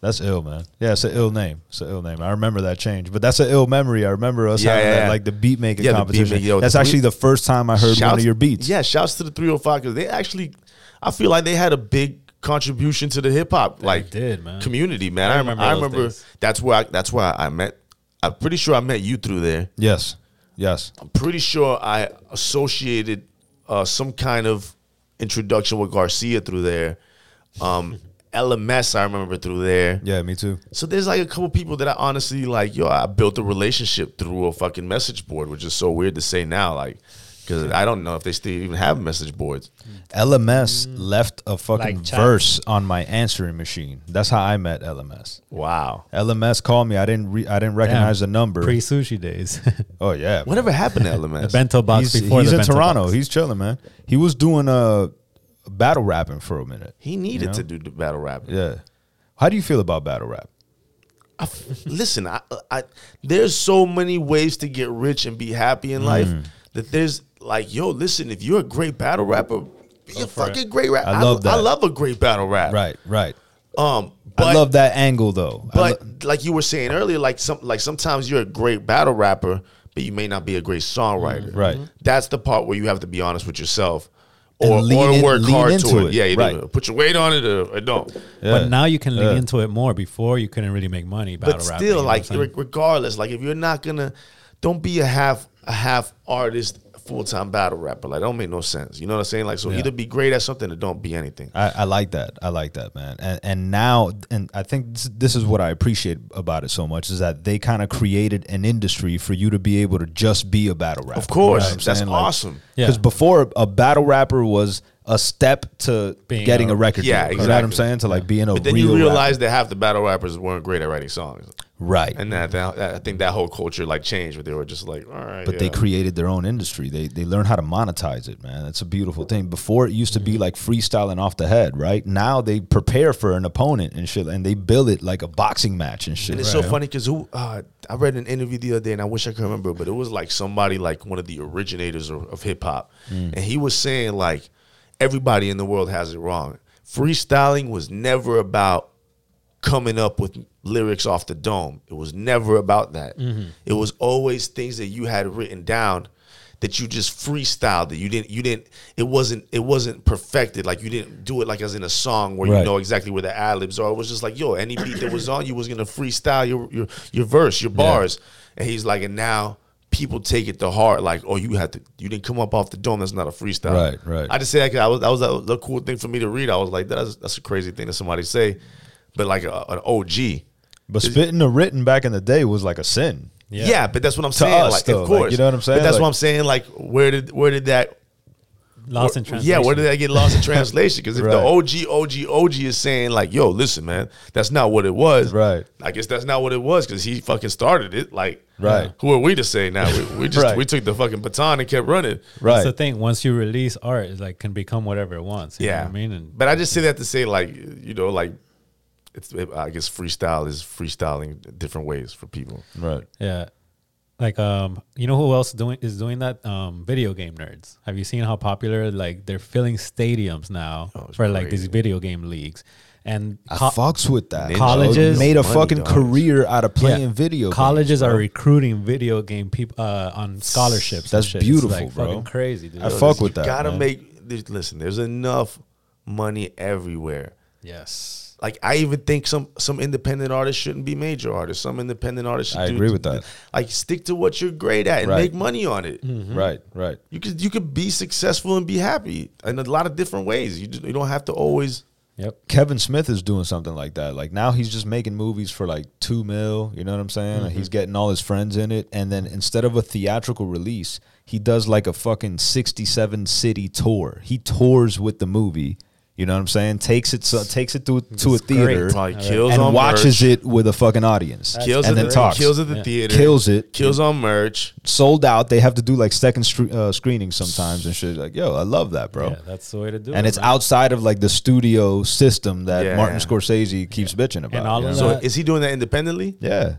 S2: That's ill, man. Yeah, it's an ill name. It's an ill name. I remember that change, but that's an ill memory. I remember us
S4: Yeah,
S2: having
S4: yeah,
S2: that,
S4: yeah.
S2: like the beat making
S4: Yeah, the beat
S2: competition.
S4: making, yo,
S2: that's
S4: the
S2: actually
S4: beat-
S2: the first time I heard one
S4: Shouts-
S2: of your beats.
S4: Yeah, shouts to the 305 because they actually, I feel like they had a big contribution to the hip hop like
S3: did, man.
S4: community, man. I,
S3: I remember
S4: remember. I
S3: those
S4: remember
S3: days.
S4: that's where I, that's where I met. I'm pretty sure I met you through there.
S2: Yes. Yes.
S4: I'm pretty sure I associated uh, some kind of introduction with Garcia through there. Um, LMS, I remember through there.
S2: Yeah, me too.
S4: So there's like a couple people that I honestly like, yo, I built a relationship through a fucking message board, which is so weird to say now, like, because I don't know if they still even have message boards.
S2: LMS
S4: Mm.
S2: left a fucking
S3: Like chat.
S2: verse on my answering machine. That's how I met LMS.
S4: Wow.
S2: LMS called me. I didn't. Re- I didn't recognize the number.
S3: Pre sushi days,
S2: oh yeah.
S4: Whatever happened to LMS?
S3: bento box
S2: He's,
S3: before
S2: he's
S3: the
S2: in
S3: bento
S2: Toronto.
S3: box.
S2: He's chilling, man. He was doing uh, battle rapping for a minute.
S4: he needed to do the battle rap.
S2: Yeah. How do you feel about battle rap?
S4: I f- listen, I, I there's so many ways to get rich and be happy in life
S2: Mm.
S4: that there's like, yo, listen, if you're a great battle rapper, be a fucking great rapper.
S2: I love
S4: I
S2: that.
S4: love a great battle rap.
S2: Right. Right.
S4: Um, but
S2: I love that angle though. I
S4: But
S2: lo-
S4: like you were saying earlier, like some like sometimes you're a great battle rapper, but you may not be a great songwriter.
S2: Mm-hmm. Right.
S4: That's the part where you have to be honest with yourself.
S2: And
S4: Or,
S2: lean
S4: or
S2: in-
S4: work
S2: lean
S4: hard
S2: into
S4: to it.
S2: it.
S4: Yeah, you
S2: Right.
S4: do. put your weight on it or, or don't.
S2: Yeah.
S3: but now you can lean
S2: Yeah.
S3: into it more. Before you couldn't really make money battle
S4: But
S3: rapping, you know
S4: still,
S3: what
S4: like
S3: I'm saying?
S4: re- regardless, like if you're not gonna, don't be a half a half artist, full time battle rapper. Like that don't make no sense. You know what I'm saying? Like so, either be great at something or don't be anything.
S2: I, I like that. I like that, man. And and now, and I think this, this is what I appreciate about it so much is that they kind of created an industry for you to be able to just be a battle rapper.
S4: Of course, that's awesome.
S3: Yeah.
S2: Because before, a battle rapper was a step to
S3: Being
S2: getting
S3: a-
S2: a record.
S4: Yeah,
S2: deal. You know what I'm
S4: exactly.
S2: saying? To like being a
S4: But then
S2: real
S4: you realize
S2: rapper.
S4: that half the battle rappers weren't great at writing songs,
S2: right?
S4: and that, that I think that whole culture like changed, where they were just like, all right,
S2: but they
S4: yeah.
S2: created their own industry. They they learn how to monetize it, man. It's a beautiful thing. Before it used to be like freestyling off the head, right? Now they prepare for an opponent and shit, and they build it like a boxing match and shit.
S4: And it's so funny because who uh, I read an interview the other day, and I wish I could remember, but it was like somebody like one of the originators of, of hip hop, and he was saying like everybody in the world has it wrong. Freestyling was never about coming up with lyrics off the dome. It was never about that. It was always things that you had written down that you just freestyled that you didn't you didn't it wasn't it wasn't perfected like you didn't do it like as in a song where you
S2: Right.
S4: know exactly where the ad libs are it was just like yo any beat that was on you was gonna freestyle your your, your verse your bars and he's like and now people take it to heart like oh you had to you didn't come up off the dome that's not a freestyle
S2: Right, right.
S4: I just say that 'cause I was that was a, the cool thing for me to read I was like that's that's a crazy thing to somebody say but like a, an OG
S2: But spitting or written back in the day was like a sin.
S4: yeah.
S3: Yeah.
S4: but that's what I'm saying.
S2: us,
S4: like,
S2: though,
S4: of
S2: like,
S4: course,
S2: you know what I'm saying?
S4: But that's
S2: Like-
S4: what I'm saying. Like, where did where did that?
S3: lost in
S4: where-
S3: translation.
S4: Yeah, where did that get lost in translation? Because if
S2: Right.
S4: the OG, OG, OG is saying like, "Yo, listen, man, that's not what it was."
S2: Right.
S4: I guess that's not what it was because he fucking started it. Like,
S2: Right.
S4: Who are we to say now? We, we just
S2: Right.
S4: we took the fucking baton and kept running.
S2: Right.
S3: That's the thing. Once you release art, it's like can become whatever it wants. You know
S4: Yeah,
S3: what I mean, and
S4: but I just say that to say like, you know, like. It's, I guess freestyle is freestyling different ways for people.
S2: Right.
S3: Yeah. Like um, you know who else doing is doing that? Um, video game nerds. Have you seen how popular like they're filling stadiums now
S4: Oh, it's
S3: for like these
S4: crazy.
S3: video game leagues and
S2: I
S3: co-
S2: fucks with that.
S3: Colleges-
S2: made a
S4: Money
S2: fucking
S4: dogs.
S2: career out of
S3: yeah,
S2: playing video. games,
S3: Colleges are
S2: bro.
S3: recruiting video game people uh, on scholarships. and
S2: That's
S3: shit. It's,
S2: beautiful,
S3: like,
S2: bro.
S3: Fucking crazy, dude.
S2: I fuck
S4: You
S2: with that.
S4: Gotta
S2: man.
S4: make there's- listen. There's enough money everywhere.
S3: yes.
S4: Like I even think some some independent artists shouldn't be major artists. Some independent artists. Should
S2: I
S4: do-
S2: agree with that.
S4: Like stick to what you're great at and
S2: Right. Mm-hmm.
S4: make money on it.
S2: right. Right.
S4: You could you could be successful and be happy in a lot of different ways. You d- you don't have to always
S3: Yep.
S2: Kevin Smith is doing something like that. Like now he's just making movies for like two mil. You know what I'm saying? Like,
S4: Mm-hmm.
S2: he's getting all his friends in it, and then instead of a theatrical release, he does like a fucking 67 city tour. He tours with the movie. You know what I'm saying? Takes it so, takes it through to a
S3: It's great.
S2: theater
S4: Probably kills
S2: and
S4: on
S2: watches
S4: merch,
S2: it with a fucking audience,
S4: kills
S2: and
S4: at
S2: then
S4: the,
S2: talks.
S4: kills at the
S3: Yeah.
S4: theater,
S2: Kills it.
S4: kills on merch.
S2: Sold out. They have to do like second stre- uh, screening sometimes and shit. Like, yo, I love that, bro
S3: Yeah, that's the way to do it.
S2: and it's
S3: man.
S2: outside of like the studio system that
S4: Yeah.
S2: Martin Scorsese keeps bitching about.
S3: And all
S2: you
S3: of
S2: know?
S4: So
S3: that-
S4: is he doing that independently?
S2: yeah.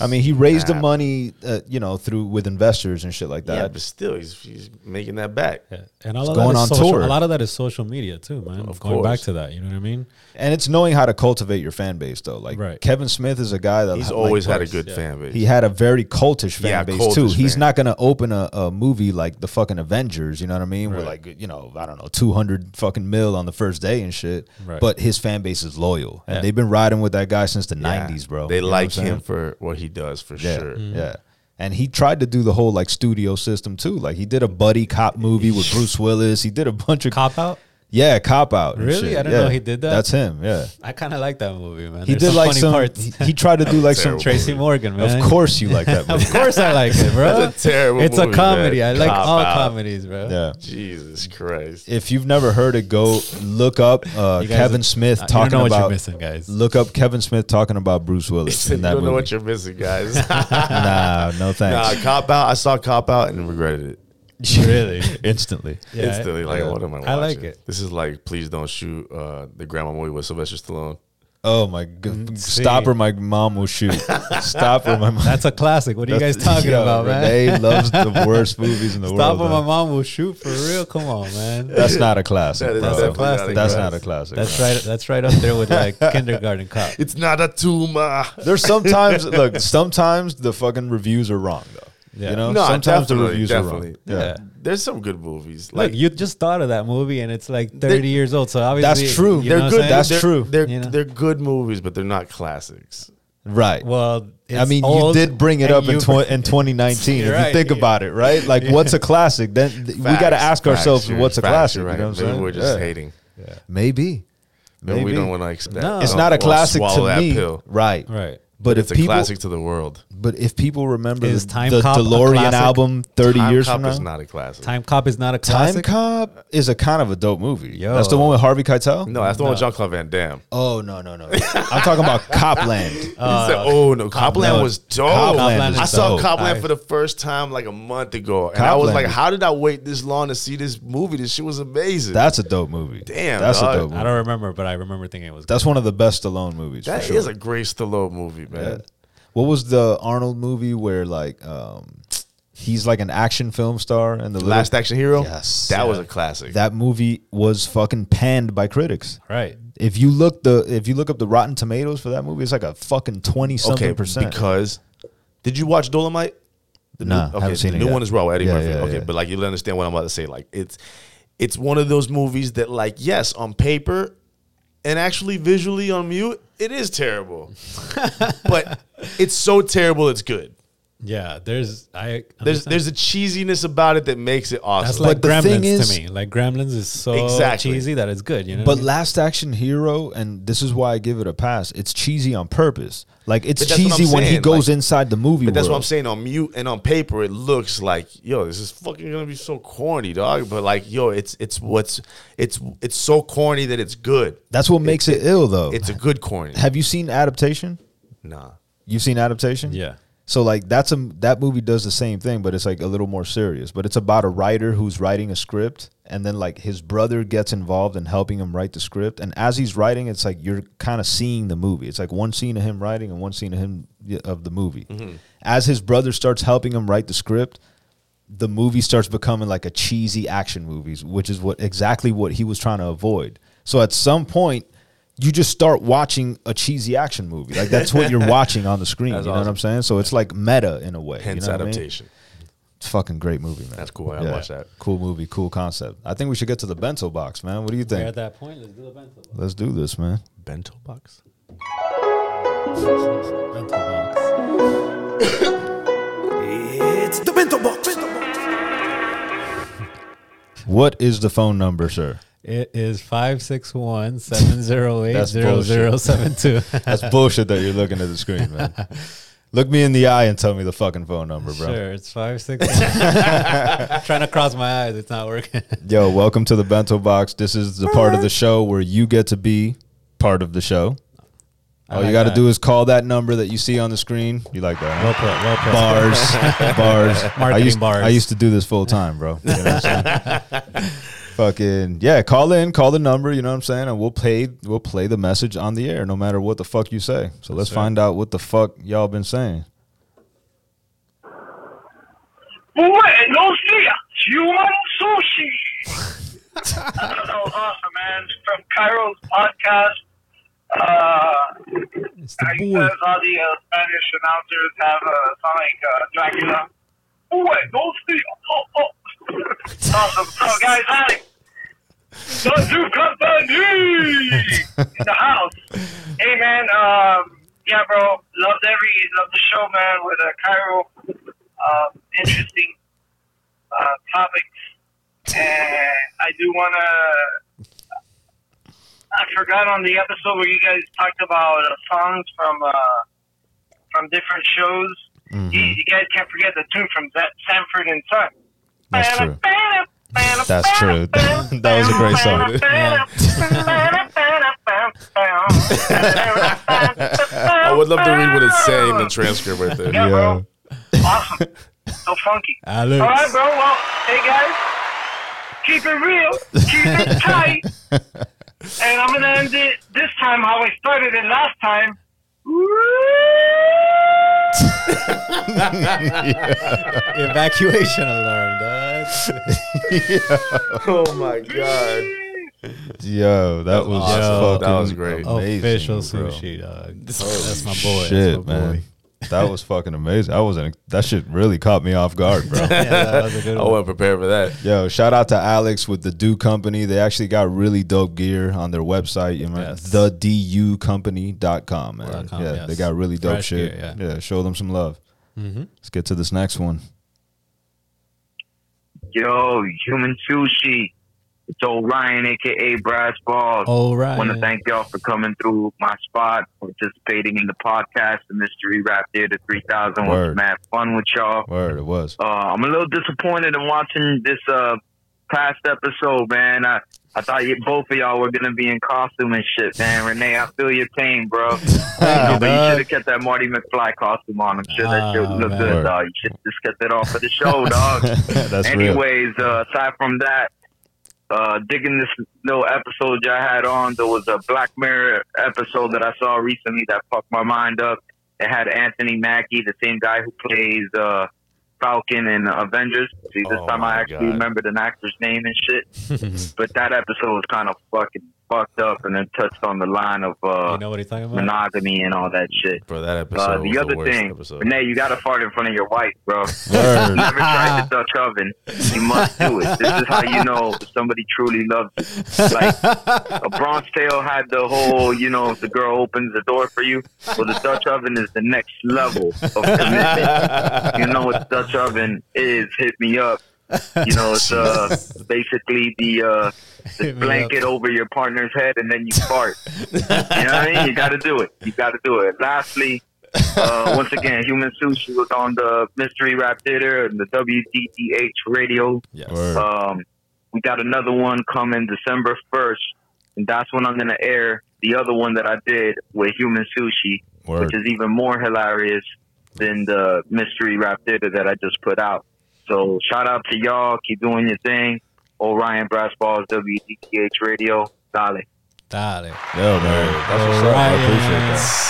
S2: I mean, he raised the
S4: Nah.
S2: money, uh, you know, through with investors and shit like
S4: Yeah,
S2: that.
S4: but still, he's, he's making that back.
S3: Yeah. And all
S2: It's
S3: of
S2: going
S3: that is
S2: on
S3: social,
S2: tour.
S3: A lot of that is social media too, man.
S4: Of
S3: Going back
S4: course.
S3: to that, you know what I mean?
S2: and it's knowing how to cultivate your fan base, though. Like
S3: Right.
S2: Kevin Smith is a guy that
S4: He's
S2: like,
S4: always had a
S2: like,
S4: good
S3: yeah.
S4: fan base.
S2: He had a very cultish fan
S4: Yeah,
S2: base
S4: cultish
S2: too. He's
S4: fan.
S2: not gonna open a, a movie like the fucking Avengers, you know what I mean? With like you know, I don't know, two hundred fucking mil on the first day and shit.
S3: Right.
S2: But his fan base is loyal, and
S3: Yeah.
S2: they've been riding with that guy since the
S4: Yeah.
S2: nineties, bro.
S4: They
S2: You know what I'm
S4: like
S2: saying?
S4: him for what he does for
S2: Yeah, Mm.
S4: sure.
S2: yeah. And he tried to do the whole like studio system too. Like he did a buddy cop movie with Bruce Willis. He did a bunch of
S3: Cop out.
S2: yeah cop out. and
S3: Really?
S2: shit.
S3: I didn't
S2: Yeah.
S3: know he did that.
S2: That's him. Yeah,
S3: I kind of like that movie, man.
S2: he
S3: There's
S2: did like
S3: funny
S2: some.
S3: parts.
S2: He, he tried to do like some.
S4: Terrible.
S3: Tracy Morgan, man.
S2: Of course, you like that movie.
S3: of course, I like it, bro.
S4: That's a terrible
S3: It's
S4: movie,
S3: a comedy.
S4: man.
S3: I like
S4: Cop
S3: all
S4: out.
S3: comedies, bro.
S2: yeah.
S4: Jesus Christ.
S2: If you've never heard it, go look up uh,
S3: You guys-
S2: Kevin Smith
S3: I- you don't
S2: talking
S3: know what
S2: about.
S3: you're missing, guys.
S2: Look up Kevin Smith talking about Bruce
S4: He
S2: Willis
S4: said,
S2: in
S4: you
S2: that
S4: don't know what
S2: movie.
S4: you're missing, guys.
S2: Nah, no
S4: nah,
S2: thanks.
S4: cop out. I saw cop out and regretted it.
S3: really.
S2: Instantly.
S3: Yeah,
S4: Instantly, like,
S2: yeah.
S4: what am I watching?
S3: I like it.
S4: This is like, please don't shoot uh, the grandma movie with Sylvester Stallone.
S2: Oh my god!
S3: Mm, see.
S2: Stop or my mom will shoot. Stop or my mom.
S3: That's a classic. What are you guys talking
S2: Yo,
S3: about, man?
S2: Renee loves the worst movies in the
S3: Stop or
S2: world.
S3: my
S2: man.
S3: mom will shoot for real. Come on, man.
S2: That's not a classic.
S4: That is
S2: bro.
S4: definitely not
S2: That's
S4: a classic.
S2: not a classic.
S3: That's
S2: bro.
S3: right. That's right up there with like kindergarten cop.
S4: It's not a tumor.
S2: There's sometimes look. Sometimes the fucking reviews are wrong though.
S3: Yeah.
S2: You know,
S4: No,
S2: sometimes the
S4: definitely,
S2: reviews
S4: definitely.
S2: are wrong. Yeah.
S3: Yeah.
S4: There's some good movies.
S3: Like
S4: Like,
S3: Look, you just thought of that movie, and it's like 30 years old. So obviously,
S2: That's true.
S3: you
S2: They're
S3: know what I'm
S2: good.
S3: saying?
S2: That's
S4: they're,
S2: true.
S4: They're,
S3: You know?
S4: they're good movies, but they're not classics.
S2: Right.
S3: well.
S2: I
S3: it's
S2: mean, you
S3: old,
S2: did bring it
S3: and
S2: up in,
S3: you-
S2: tw- in 2019.
S3: You're
S2: If you
S3: right.
S2: think
S3: Yeah.
S2: about it, right? Like, what's a classic? Then th- we got to
S4: Facts,
S2: ask
S4: facts,
S2: ourselves,
S4: you're-
S2: what's a
S4: facts,
S2: classic?
S4: you're
S2: You
S4: right.
S2: know what I'm
S4: Maybe
S2: saying?
S4: we're just
S2: Yeah.
S4: hating.
S2: Maybe.
S4: Maybe,
S2: Maybe.
S4: we don't want to expect.
S3: No.
S2: It's
S4: don't
S2: not a
S4: wanna
S2: classic
S4: swallow
S2: to
S4: that
S2: me,
S4: pill.
S2: right?
S3: Right.
S2: But
S4: It's
S2: if
S4: a
S2: people,
S4: classic to the world.
S2: But if people remember
S3: Is
S2: the,
S3: Time
S2: the
S3: Cop a
S2: DeLorean
S3: classic?
S2: album 30
S4: Time
S2: years
S4: Cop
S2: from now,
S4: is not a classic.
S3: Time Cop is not a
S2: Time
S3: classic.
S2: Cop is a kind of a dope movie.
S3: Yo.
S2: That's the one with Harvey Keitel.
S4: no, that's the one with Jean Claude Van Damme.
S2: Oh no no no! I'm talking about Copland. Uh,
S4: He said, oh no, Copland
S2: no,
S4: was dope.
S2: Copland
S3: is
S4: I saw
S2: dope.
S4: Copland
S3: I-
S4: for the first time like a month ago, and I was
S2: Copland
S4: like,
S2: is-
S4: "How did I wait this long to see this movie? This shit was amazing."
S2: That's a dope movie.
S4: Damn,
S2: that's
S4: dog.
S2: a dope
S3: I
S2: movie.
S3: don't remember, but I remember thinking it was.
S2: That's one of the best Stallone movies.
S4: That
S2: for
S4: is
S2: sure.
S4: a great Stallone movie, man.
S2: What was the Arnold movie where like um, he's like an action film star and the little-
S4: Last Action Hero.
S2: Yes.
S4: that
S2: Yeah.
S4: was a classic.
S2: that movie was fucking panned by critics.
S3: right.
S2: If you look the if you look up the Rotten Tomatoes for that movie, it's like a fucking twenty something
S4: okay,
S2: percent.
S4: because did you watch Dolomite? The
S2: Nah,
S4: new, okay,
S2: haven't seen
S4: the
S2: it
S4: new
S2: yet.
S4: one is raw. Eddie
S2: Yeah,
S4: Murphy.
S2: yeah,
S4: okay,
S2: yeah.
S4: but like you'll understand what I'm about to say. Like it's it's one of those movies that like yes on paper and actually visually on mute it is terrible, but it's so terrible it's good.
S3: Yeah. There's. I.
S4: There's
S3: understand.
S4: there's a cheesiness about it that makes it awesome.
S3: That's like
S2: But the thing
S3: Gremlins
S2: is-
S3: to me. Like Gremlins is so
S4: Exactly.
S3: cheesy that it's good. You know.
S2: But
S3: what
S2: Last Action Hero, and this is why I give it a pass. It's cheesy on purpose. Like it's
S4: But that's what I'm
S2: cheesy when he
S4: saying,
S2: goes
S4: like-
S2: inside the movie.
S4: But that's what
S2: world.
S4: I'm saying. On mute and on paper, it looks like yo, this is fucking gonna be so corny, dog. But like yo, it's it's what's it's it's so corny that it's good.
S2: That's what makes it, ill, though.
S4: It's a good corny.
S2: Have you seen adaptation?
S4: Nah.
S2: You've seen adaptation,
S3: I mean? Yeah.
S2: So like that's a that movie does the same thing, but it's like a little more serious. But it's about a writer who's writing a script, and then like his brother gets involved in helping him write the script. And as he's writing, it's like you're kind of seeing the movie. It's like one scene of him writing and one scene of him of the movie. As his brother starts helping him write the script, the movie starts becoming like a cheesy action movies, which is what exactly what he was trying to avoid. So at some point, you just start watching a cheesy action movie. Like that's what you're watching on the screen.
S4: That's
S2: you know what
S4: awesome.
S2: I'm saying? So it's like meta in a way. you
S4: Hence
S2: know what I mean?
S4: adaptation.
S2: It's a fucking great movie, man.
S4: That's cool. I gotta watch that.
S2: Cool movie, cool concept. I think we should get to the bento box, man. What do you
S3: We're at
S2: think?
S3: that point. Let's do the bento box.
S2: Let's do this, man.
S4: Bento box.
S3: Bento box.
S5: It's the bento box.
S2: What is the phone number, sir?
S3: It is 561 708 0072.
S2: That's bullshit that you're looking at the screen, man. Look me in the eye and tell me the fucking phone number, bro.
S3: Sure, it's 561. Trying to cross my eyes, it's not working.
S2: Yo, welcome to the Bento Box. This is the part of the show where you get to be part of the show.
S3: I
S2: All you
S3: like
S2: got to
S3: that.
S2: do is call that number that you see on the screen. You like that?
S3: Well
S2: Huh?
S3: put, well put.
S2: Bars, bars, I
S3: Marketing
S2: used,
S3: bars.
S2: I used to do this full time, bro. You know what I'm saying? Fucking yeah, call in, call the number. You know what I'm saying, and we'll play, we'll play the message on the air, no matter what the fuck you say. So let's find out what the fuck y'all been saying.
S5: Buenos dias, human sushi. that was awesome, man. From Cairo's podcast. Uh,
S3: It's
S5: I
S3: the boy.
S5: guess all the uh, Spanish announcers have uh, sound like uh, Dracula. Buenos dias. Oh, oh. It's awesome. So, guys, hi. The two company in the house. Hey, man. Um, yeah, bro. Loved every, loved the show, man, with uh, Cairo. Um, interesting uh, topics. And I do want to. I forgot on the episode where you guys talked about uh, songs from uh, from different shows.
S2: Mm-hmm.
S5: You, you guys can't forget the tune from Sa- Sanford and Son.
S2: That's true. That's true. That was a great song.
S4: I
S5: I
S4: would love to read what it's saying in the transcript right there.
S5: Yeah, bro. Awesome. So funky.
S3: Alex.
S5: All right, bro. Well, hey guys, keep it real, keep it tight, and I'm gonna end it this time how I started it last time.
S3: Evacuation alarm, dog.
S4: Oh my god.
S2: Yo, that was
S4: awesome. That
S2: fucking
S4: was great.
S2: amazing,
S3: Official
S2: bro.
S3: sushi, dog. That's my boy.
S2: Shit,
S3: That's my boy.
S2: man. That was fucking amazing. I wasn't. That shit really caught me off guard, bro.
S3: Yeah, that was a good
S4: I
S2: Oh,
S3: one.
S4: wasn't prepared Oh, for that.
S2: Yo, shout out to Alex with the Do Company. They actually got really dope gear on their website. You know,
S3: Yes.
S2: the ducompany.com, man.
S3: Dot com,
S2: yeah, they
S3: yes.
S2: got really dope
S3: Fresh
S2: shit.
S3: gear,
S2: yeah. show them some love.
S3: Mm-hmm.
S2: Let's get to this next one.
S6: Yo, human sushi. It's old Ryan, aka Brass Balls.
S3: All right.
S6: Want to thank y'all for coming through my spot, participating in the podcast, the Mystery Rap Theater 3000.
S2: Word.
S6: Was mad fun with y'all.
S2: Word, it was.
S6: Uh, I'm a little disappointed in watching this uh, past episode, man. I, I thought you, both of y'all were gonna be in costume and shit, man. Renee, I feel your pain, bro.
S3: you,
S6: No, but you
S3: dog.
S6: should have kept that Marty McFly costume on. I'm sure that shit
S3: Ah,
S6: would look
S3: man.
S6: good, dog. You should have just kept it on for the show, dog.
S2: That's real.
S6: Anyways, uh, aside from that, uh, digging this little episode y'all had on, there was a Black Mirror episode that I saw recently that fucked my mind up. It had Anthony Mackie, the same guy who plays uh, Falcon in Avengers. See, this
S4: Oh
S6: time
S4: my
S6: I actually
S4: God.
S6: remembered an actor's name and shit. but that episode was kind of fucking fucked up, and it touched on the line of uh,
S3: You know what he's talking about?
S6: monogamy and all that shit.
S4: Bro, that episode.
S6: Uh,
S4: was
S6: the other
S4: worst
S6: thing,
S4: episode.
S6: Renee, you got to fart in front of your wife, bro.
S2: Word.
S6: Never tried the Dutch oven. You must do it. This is how you know somebody truly loves you. Like a Bronx Tale had the whole, you know, if the girl opens the door for you. Well, the Dutch oven is the next level of commitment. you know what the Dutch oven is? Hit me up. You know, it's uh, basically the uh, the
S3: Hit me
S6: blanket over your partner's head, and then you fart. you know what I mean? You got to do it. You got to do it. Lastly uh, once again, Human Sushi was on the Mystery Rap Theater and the WDDH radio.
S2: Word.
S6: Um, we got another one coming December 1st, and that's when I'm going to air the other one that I did with Human Sushi,
S2: Word.
S6: which is even more hilarious than the Mystery Rap Theater that I just put out. So shout out to y'all. Keep doing your thing. Orion Brassballs, WDDH radio. Dolly.
S3: Dale.
S2: Yo, man. That's what's up. I
S3: Alright.
S2: appreciate that.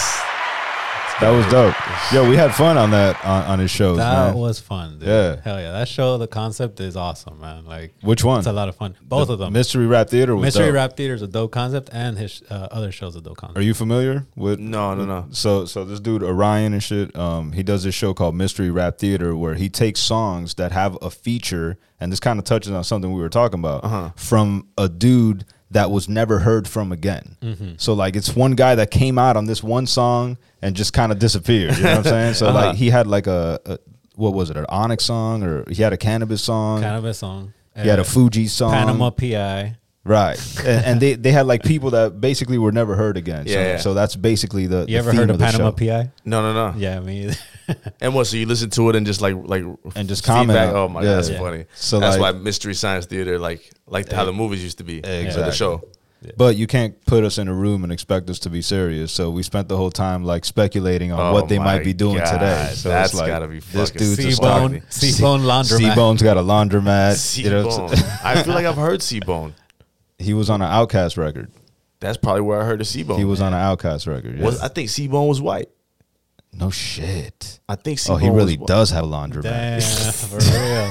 S2: That was dope. Yo, we had fun on that on, on his shows,
S3: That
S2: man.
S3: was fun, dude.
S2: Yeah.
S3: Hell yeah. That show, the concept is awesome, man. Like,
S2: Which one?
S3: it's a lot of fun. Both of them.
S2: Mystery Rap Theater was
S3: Mystery
S2: dope.
S3: Rap Theater is a dope concept, and his uh, other show's a dope concept.
S2: Are you familiar with
S4: No, no, no.
S2: So so this dude Orion and shit, um, he does this show called Mystery Rap Theater where he takes songs that have a feature, and this kind of touches on something we were talking about
S3: Uh-huh.
S2: from a dude that was never heard from again.
S3: Mm-hmm.
S2: So like it's one guy that came out on this one song and just kind of disappeared. You know what I'm saying? So
S3: Uh-huh.
S2: like he had like a, a what was it, an Onyx song or he had a cannabis song.
S3: Cannabis song.
S2: He had a
S3: Uh,
S2: Fuji song.
S3: Panama PI.
S2: Right, and, and they, they had like people that basically were never heard again. So,
S4: Yeah, yeah.
S2: so that's basically the.
S3: You
S2: the
S3: ever
S2: theme
S3: heard of
S2: of the
S3: Panama
S2: show.
S3: PI?
S4: No, no, no.
S3: Yeah, me either.
S4: And what? So you listen to it and just like like
S2: And just
S4: feedback?
S2: comment on-
S4: Oh my
S2: yeah.
S4: god, that's
S2: Yeah.
S4: funny.
S2: So,
S4: So that's
S2: like-
S4: why Mystery Science Theater like like how the movies used to be. Exactly.
S2: Exactly.
S4: the show.
S2: But you can't put us in a room and expect us to be serious. So we spent the whole time like speculating on
S4: Oh
S2: what they might
S4: my
S2: be doing
S4: God,
S2: today. So
S4: that's
S2: it's like,
S4: gotta be
S2: this
S4: fucking
S2: dude's a star.
S3: C-Bone, C-Bone laundromat.
S2: C-Bone's got a laundromat.
S4: C
S2: You know,
S4: Bone. I feel like I've heard C Bone.
S2: he was on an Outcast record.
S4: That's probably where I heard the C Bone.
S2: He was on an Outcast record. yeah.
S4: I think C Bone was white.
S2: no shit.
S4: I think C
S2: Oh,
S4: Bone.
S2: he really
S4: was white.
S2: does have a laundromat.
S3: Damn, for real.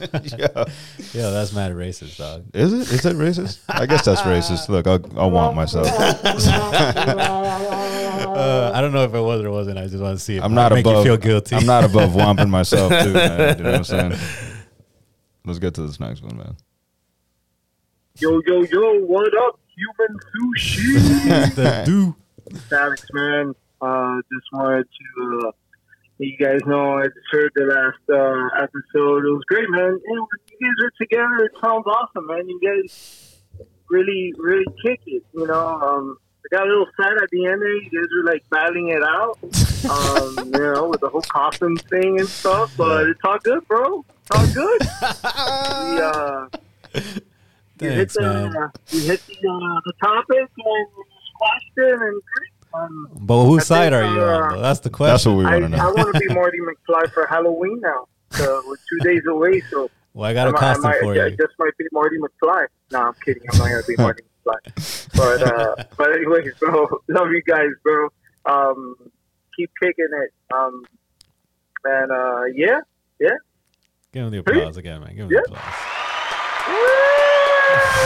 S3: Yo, that's mad racist, dog.
S2: Is it? Is that racist? I guess that's racist. Look, I'll, I'll want myself.
S7: Oh.
S3: Uh, I don't know if it was or wasn't. I just want to see. If
S2: I'm not
S3: make
S2: above.
S3: you feel guilty.
S2: I'm not above womping myself too. Man. You know what I'm saying? Let's get to this next one, man.
S7: Yo, yo, yo, what up, human sushi?
S3: the do.
S7: Alex, man. Uh, just wanted to uh, let you guys know I just heard the last uh, episode. It was great, man. And when you guys are together, it sounds awesome, man. You guys really, really kick it, you know. Um, I got a little sad at the end there. You guys were like battling it out, um, you know, with the whole coffin thing and stuff. But it's all good, bro. It's all good. we, uh, we hit
S3: Thanks,
S7: the,
S3: man.
S7: Uh, we hit the, uh, the topic and we squashed it and great. Um,
S3: But whose
S7: I
S3: side
S7: think,
S3: are you on?
S7: uh,
S3: Though? That's the question.
S2: That's what we
S7: I,
S2: want to
S7: I
S2: know.
S7: want to be Marty McFly for Halloween now. So we're two days away, so
S3: well, I got a
S7: I,
S3: costume
S7: might,
S3: for
S7: I
S3: you.
S7: just might be Marty McFly. No, I'm kidding. I'm not gonna be Marty McFly. But uh, but anyways, bro, love you guys, bro. Um, keep kicking it. Um, and uh, yeah, yeah.
S3: Give him the applause again, man. Give him
S7: Yeah.
S3: the applause.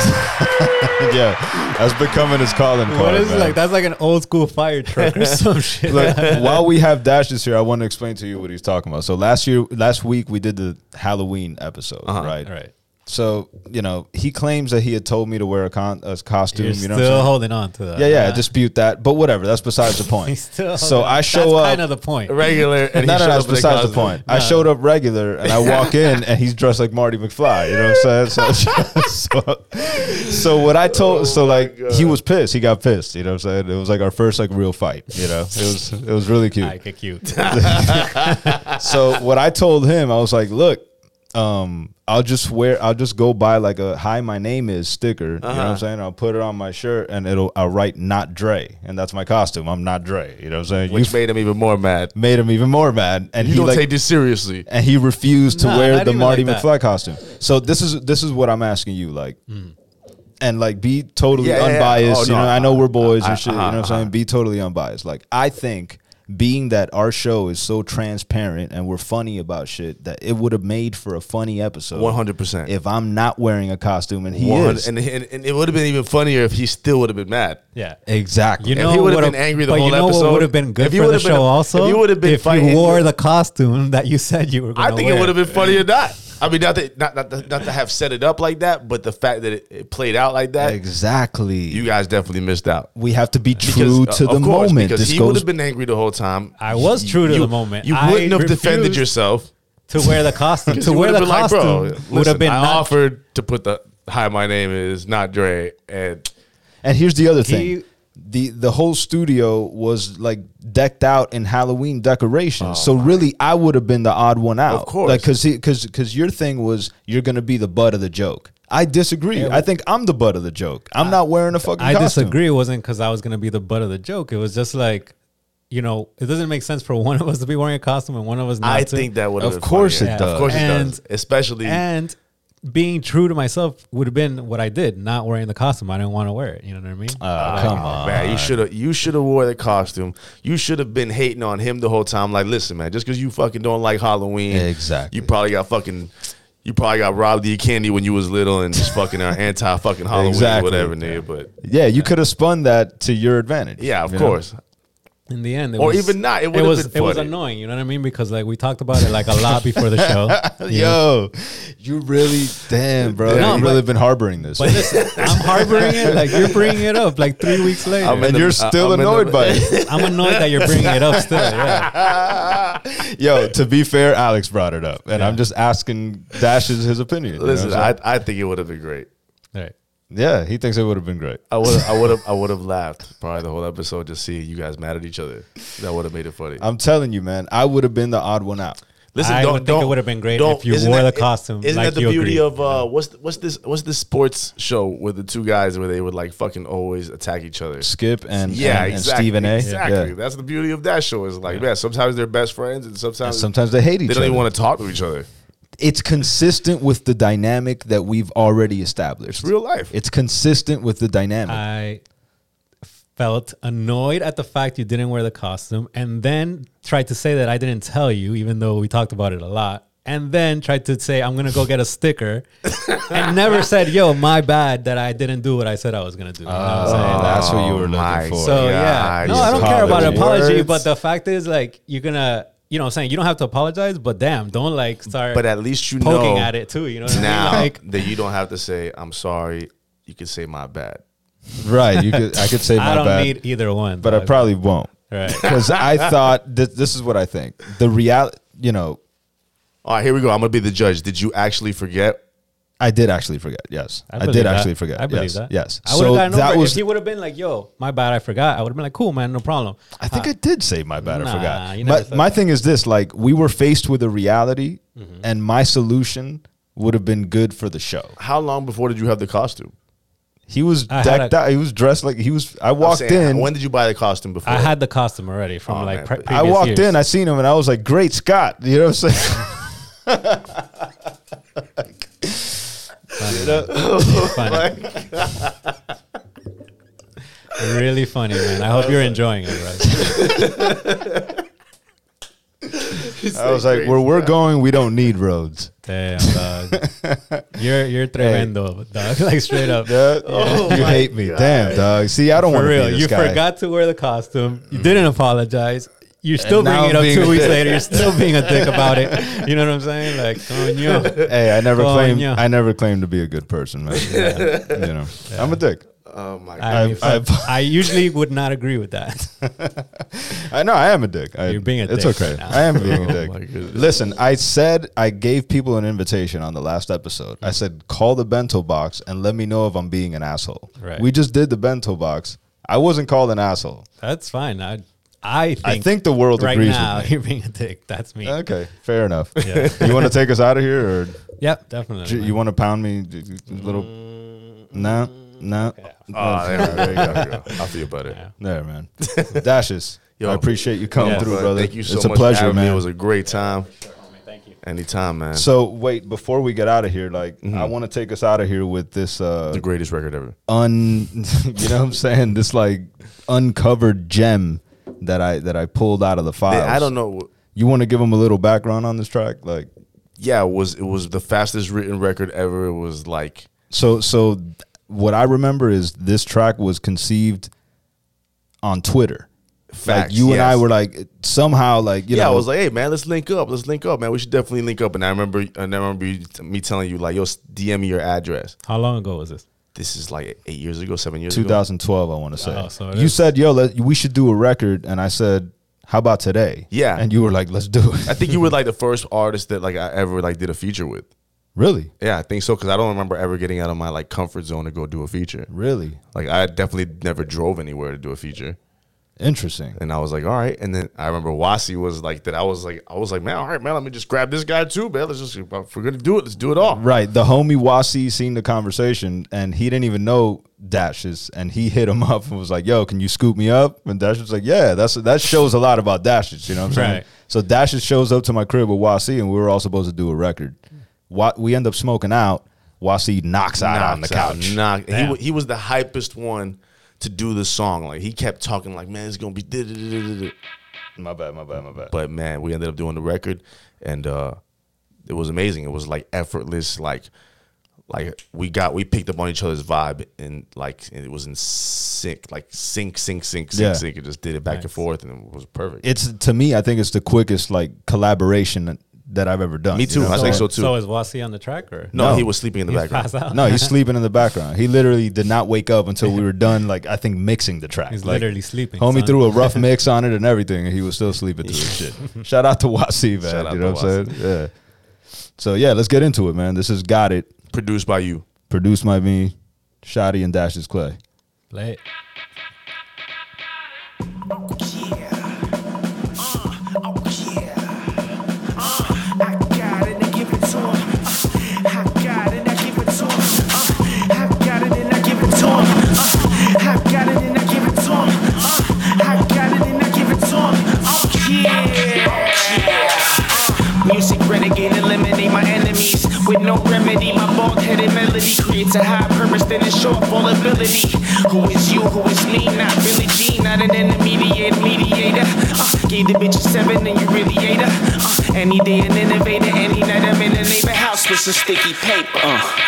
S2: yeah, that's becoming his calling card.
S3: What is
S2: man.
S3: like? That's like an old school fire truck or some shit.
S2: Look, while we have Dash this year, I want to explain to you what he's talking about. So last year, last week, we did the Halloween episode, right?
S3: All right.
S2: So you know, he claims that he had told me to wear a, con- a costume.
S3: You're
S2: you know, what I'm
S3: still
S2: saying?
S3: holding on to that.
S2: yeah, yeah, I
S3: huh?
S2: dispute that, but whatever. That's besides the point.
S3: He's still
S2: so
S3: holding on.
S2: I show
S3: that's
S2: up.
S3: Kind of the point.
S4: regular. And
S2: no, no,
S4: he showed
S2: that's
S4: up in
S2: besides the
S4: closet.
S2: point. I showed up regular and I walk in and he's dressed like Marty McFly. You know what I'm saying? So, so, so what I told,
S4: Oh
S2: so like he was pissed. He got pissed. You know what I'm saying? It was like our first like real fight. You know, it was it was really cute.
S3: I kick you.
S2: So what I told him, I was like, look. Um, I'll just wear. I'll just go buy like a "Hi, my name is" sticker. You
S4: Uh-huh.
S2: know what I'm saying? I'll put it on my shirt, and it'll. I'll write "Not Dre," and that's my costume. I'm not Dre. You know what I'm saying?
S4: which
S2: you
S4: made him even more mad.
S2: made him even more mad, and
S4: You
S2: he
S4: don't
S2: like
S4: take this seriously.
S2: and he refused to
S3: Nah,
S2: wear
S3: not
S2: the
S3: even
S2: Marty
S3: like that.
S2: McFly costume. So this is this is what I'm asking you, like, and like be totally
S4: Yeah, yeah, yeah.
S2: unbiased.
S4: Oh,
S2: you know,
S4: no,
S2: I know we're boys
S4: I- uh-huh,
S2: and shit. you know what I'm saying? Be totally unbiased. Like, I think being that our show is so transparent and we're funny about shit, that it would have made for a funny episode.
S4: 100%.
S2: If I'm not wearing a costume and he
S4: One-
S2: is,
S4: And, and, and it would have been even funnier if he still would have been mad.
S3: Yeah.
S2: exactly.
S3: You
S4: If
S3: know,
S4: he
S3: would
S4: would've
S3: have
S4: been angry the
S3: but
S4: whole
S3: you know
S4: episode,
S3: What would have been good
S4: if he
S3: for the
S4: would've been-
S3: show. also,
S4: if he would've been
S3: if you
S4: fighting-
S3: wore the costume that you said you were.
S4: I
S3: Gonna
S4: think it
S3: wear.
S4: would have been funnier not. I mean, not that not, not, to- not to have set it up like that, but the fact that it, it played out like that,
S2: exactly.
S4: you guys definitely missed out.
S2: we have to be true
S4: Because,
S2: to
S4: uh,
S2: the
S4: of course,
S2: moment.
S4: Because
S2: This
S4: he would
S2: goes
S4: have been angry the whole time.
S3: I was true to the moment.
S4: You
S3: I
S4: wouldn't have defended
S3: refused
S4: yourself.
S3: to wear the costume. to
S4: You
S3: wear
S4: would've
S3: the
S4: been like,
S3: costume
S4: bro,
S3: would
S4: listen,
S3: have been
S4: I
S3: not
S4: offered to put the hi, my name is not Dre, and
S2: And here's the other
S3: He-
S2: thing. The the whole studio was like decked out in Halloween decorations. so really I would have been the odd one out.
S4: Oh Of course.
S2: Like cuz cuz cuz your thing was you're going to be the butt of the joke. I disagree. I think I'm the butt of the joke. I'm not wearing a fucking
S3: I
S2: costume.
S3: disagree. It wasn't because I was going to be the butt of the joke. It was just like, you know, it doesn't make sense for one of us to be wearing a costume and one of us not
S4: I
S3: to.
S4: think that would have.
S2: Of course it
S4: Of course it
S3: does.
S4: does, especially.
S3: and being true to myself would have been what I did, not wearing the costume. I didn't want to wear it. You know what I mean?
S4: Uh,
S2: Oh, come on.
S4: Man, you should have you should have wore the costume. You should have been hating on him the whole time. Like, listen, man, just because you fucking don't like Halloween,
S2: Exactly.
S4: You probably got fucking, you probably got robbed of your candy when you was little and just fucking are anti fucking Halloween, or
S2: Exactly.
S4: whatever, nigga. But
S2: Yeah, you could have spun that to your advantage.
S4: yeah, of
S2: you know?
S4: course.
S3: In the end, it
S4: Or
S3: was,
S4: even not, it
S3: it
S4: would've
S3: was it
S4: been
S3: was
S4: funny.
S3: annoying. You know what I mean? Because like we talked about it like a lot before the show. you
S2: Yo,
S3: know?
S2: you really damn, bro.
S3: No,
S2: You've
S3: but-
S2: really been harboring this.
S3: But listen, I'm harboring it. Like you're bringing it up. Like three weeks later,
S4: I'm
S3: I'm,
S4: in
S2: and
S4: the-
S2: you're
S4: I-
S2: still
S4: I'm in the-
S2: annoyed by it.
S3: annoyed that you're bringing it up still. Yeah.
S2: Yo, to be fair, Alex brought it up, and I'm just asking Dash his, his opinion. you know
S4: Listen,
S2: what I'm
S4: I,
S2: saying?
S4: I think it would have been great.
S3: All right.
S2: Yeah, he thinks it would have been great.
S4: I would I would have I would have laughed probably the whole episode just seeing you guys mad at each other. That would have made it funny.
S2: I'm telling you, man, I would have been the odd one out.
S4: Listen,
S3: I
S4: don't,
S3: would think it
S4: don't,
S3: would've been great
S4: don't-
S3: if you
S4: isn't
S3: wore
S4: that-
S3: the costume,
S4: Isn't
S3: like
S4: that the
S3: you
S4: beauty
S3: agreed.
S4: of uh, what's what's this what's this sports show with the two guys where they would like fucking always attack each other?
S2: Skip and
S4: Yeah,
S2: and, and
S4: exactly.
S2: Stephen A.
S4: Exactly.
S2: Yeah.
S4: That's the beauty of that show. Is like, yeah. sometimes they're best friends, and sometimes,
S2: And sometimes they hate each
S4: they don't
S2: other.
S4: even want to talk to each other.
S2: it's consistent with the dynamic that we've already established.
S4: It's real life.
S2: It's consistent with the dynamic.
S3: I felt annoyed at the fact you didn't wear the costume and then tried to say that I didn't tell you, even though we talked about it a lot. And then tried to say, I'm going to go get a sticker and never said, yo, my bad that I didn't do what I said I was going to do. You know what I'm saying?
S2: Oh, that's what you were
S4: my
S2: looking for.
S3: So yeah,
S4: God,
S3: no,
S4: you
S3: I don't care about an
S4: apologize.
S3: apology,
S4: Words.
S3: but the fact is, like, you're gonna, you know, what I'm saying you don't have to apologize, but damn, don't like start,
S4: But at least you
S3: poking
S4: know
S3: at it too. You know, what
S4: now
S3: I mean? like,
S4: that you don't have to say I'm sorry. You can say my bad.
S2: right. You could I could say my
S3: I don't
S2: bad,
S3: need either one,
S2: but I
S3: dog.
S2: probably won't.
S3: Right.
S2: Because I thought th- this is what I think. The reality, you know,
S4: All right, here we go. I'm gonna be the judge. Did you actually forget?
S2: I did actually forget. Yes, I,
S3: believe
S2: did
S3: that.
S2: actually forget.
S3: I believe
S2: yes.
S3: that.
S2: Yes.
S3: I would have gotten
S2: that
S3: over. it.
S2: was.
S3: If he would have been like, "Yo, my bad, I forgot," I would have been like, "Cool, man, no problem."
S2: I think I did say my bad. I
S3: Nah, you
S2: forgot.
S3: never
S2: My,
S3: said
S2: my thing is this: like we were faced with a reality,
S3: Mm-hmm.
S2: and my solution would have been good for the show.
S4: How long before did you have the costume?
S2: He was
S3: I had
S2: decked
S3: a-
S2: out. He was dressed like he was. I
S4: I'm
S2: walked
S4: saying,
S2: in.
S4: When did you buy the costume before?
S3: I had the costume already from
S4: Oh,
S3: like
S4: man,
S3: pre-
S4: but-
S2: I
S3: previous
S2: walked
S3: years.
S2: in. I seen him, and I was like, "Great Scott!" You know what I'm saying?
S3: Funny. really funny, man. I hope you're enjoying it, bro.
S2: I was like, "Where we're going, we don't need roads."
S3: Damn, dog. You're you're tremendo, dog. Like straight up.
S4: Oh
S2: you hate me, damn dog. See, I don't want
S3: For
S2: to be
S3: real,
S2: this
S3: you
S2: guy.
S3: forgot to wear the costume. You didn't apologize. You're still
S2: now I'm
S3: bringing it up
S2: being a
S3: two weeks
S2: dick.
S3: later. You're still being a dick about it. You know what I'm saying? Like, coño.
S2: Hey, I never
S3: Oh,
S2: claimed.
S3: yeah.
S2: I never claimed to be a good person, man. You know, I'm a dick.
S4: oh my god!
S3: I, mean,
S2: I-
S3: fuck, I usually would not agree with that.
S2: I know I am a dick. I,
S3: You're being a
S2: it's
S3: dick
S2: okay.
S3: right now.
S2: I am being
S4: Oh
S2: a dick.
S4: my goodness.
S2: Listen, I said I gave people an invitation on the last episode. I said call the bento box and let me know if I'm being an asshole.
S3: Right.
S2: We just did the bento box. I wasn't called an asshole.
S3: That's fine. I, I think,
S2: I think the world
S3: right
S2: agrees
S3: now
S2: with me.
S3: you're being a dick. That's me.
S2: Okay, fair enough. you want to take us out of here, or
S3: Yep,
S2: j-
S3: definitely.
S2: you want to pound me a little?
S3: Mm,
S2: No, no.
S4: Oh, there, there you go, there you go. I feel better.
S2: There, man. Dashes.
S4: Yo.
S2: I appreciate you coming
S3: Yeah.
S2: through,
S4: But
S2: brother.
S4: Thank you so
S2: it's a
S4: much. for
S2: pleasure,
S4: having
S2: man.
S4: Me. It was a great time.
S3: Thank you.
S4: Anytime, man.
S2: So wait, before we get out of here, like
S4: Mm-hmm.
S2: I want to take us out of here with this uh
S4: the greatest record ever.
S2: un you know what I'm saying? This like uncovered gem that I that I pulled out of the files.
S4: I don't know.
S2: You want to give them a little background on this track? Like
S4: Yeah, it was it was the fastest written record ever. It was like
S2: so so th- what I remember is this track was conceived on Twitter.
S4: Facts,
S2: like you and I
S4: yes.
S2: were like somehow like you
S4: yeah,
S2: know
S4: I was like, hey man, let's link up. Let's link up, man. We should definitely link up. And I remember, and I remember you, me telling you like, yo, s- DM me your address.
S3: How long ago was this?
S4: This is like eight years ago, seven years ago.
S2: 2012, I want to say.
S3: Oh, so it
S2: you
S3: is.
S2: said, "Yo, let, we should do a record," and I said, "How about today?"
S4: Yeah.
S2: and you were like, "Let's do it."
S4: I think you were like the first artist that like I ever like did a feature with.
S2: really,
S4: Yeah, I think so because I don't remember ever getting out of my like comfort zone to go do a feature.
S2: really
S4: Like I definitely never drove anywhere to do a feature.
S2: interesting.
S4: And I was like, all right. And then I remember Wasi was like that. I was like, I was like, man, all right, man, let me just grab this guy too, man. Let's just if we're gonna do it, let's do it all.
S2: Right, the homie Wasi seen the conversation, and he didn't even know Dashes, and he hit him up and was like, "Yo, can you scoop me up?" And Dashes was like, "Yeah, that's that shows a lot about Dashes, you know what I'm saying?"
S3: Right.
S2: So Dashes shows up to my crib with Wasi, and we were all supposed to do a record. Wa- we end up smoking out. Wasi knocks out on the
S4: Knocks out,
S2: couch.
S4: knock- He,
S3: Damn.
S4: wa- he was the hypest one to do the song. Like he kept talking, like man, it's gonna be. da- da- da- da- da- da."
S2: My bad, my bad, my bad.
S4: But man, we ended up doing the record, and uh it was amazing. It was like effortless. Like, like we got we picked up on each other's vibe, and like it was in sync, like sync, sync, sync, sync,
S2: Yeah.
S4: sync. It just did it back and forth, and it was perfect.
S2: it's to me, I think it's the quickest like collaboration that I've ever done.
S4: Me too. I
S2: what I'm
S4: think so
S2: saying?
S4: too.
S3: So is Wasi on the track or
S4: no,
S2: no.
S4: he was sleeping in the
S3: He's
S4: background.
S3: passed out.
S2: No, he's sleeping in the background. He literally did not wake up until we were done. Like I think mixing the track.
S3: He's
S2: Like,
S3: literally sleeping,
S2: Homie
S3: son.
S2: threw a rough mix on it and everything, and he was still sleeping through his shit. Shout out to Wasi, man.
S4: Shout out
S2: you know what
S4: to
S2: I'm saying? Yeah. So yeah, let's get into it, man. This is got it.
S4: Produced by you.
S2: Produced by me. Shoddy and Dashes Clay.
S3: Play it.
S8: Oh, Music renegade, eliminate my enemies with no remedy. My bald headed melody creates a high purpose, then it's short vulnerability. Who is you? Who is me? Not really G, not an intermediate mediator. Uh, gave the bitch a seven, and you really ate her. Uh, any day an innovator, any night I'm in a neighbor house with some sticky paper. Uh.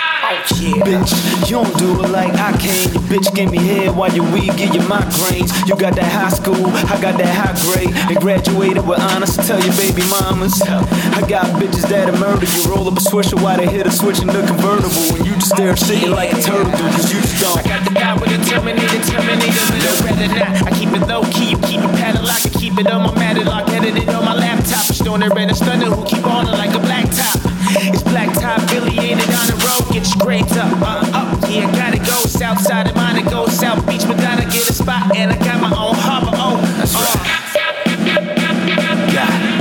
S8: Bitch, you don't do it like I can. You bitch give me head while you weed give you migraines. You got that high school, I got that high grade. And graduated with honors. Tell your baby mamas. I got bitches that'll murder you. Roll up a swisher while they hit a switch in the convertible. And you just there sitting like a turtle, dude, cause you just don't. I got the guy with a terminator, terminator. No rather not. I keep it low key, you keep it padlock, I keep it on my matlock, edited on my laptop. Stoner and a stunner who keep on it like a black top. It's black tie, Billy ain't it on the road. Get your grades up, uh, up. Yeah, gotta go south side of Monaco, South Beach, but gotta get a spot. And I got my own harbor, oh, that's right.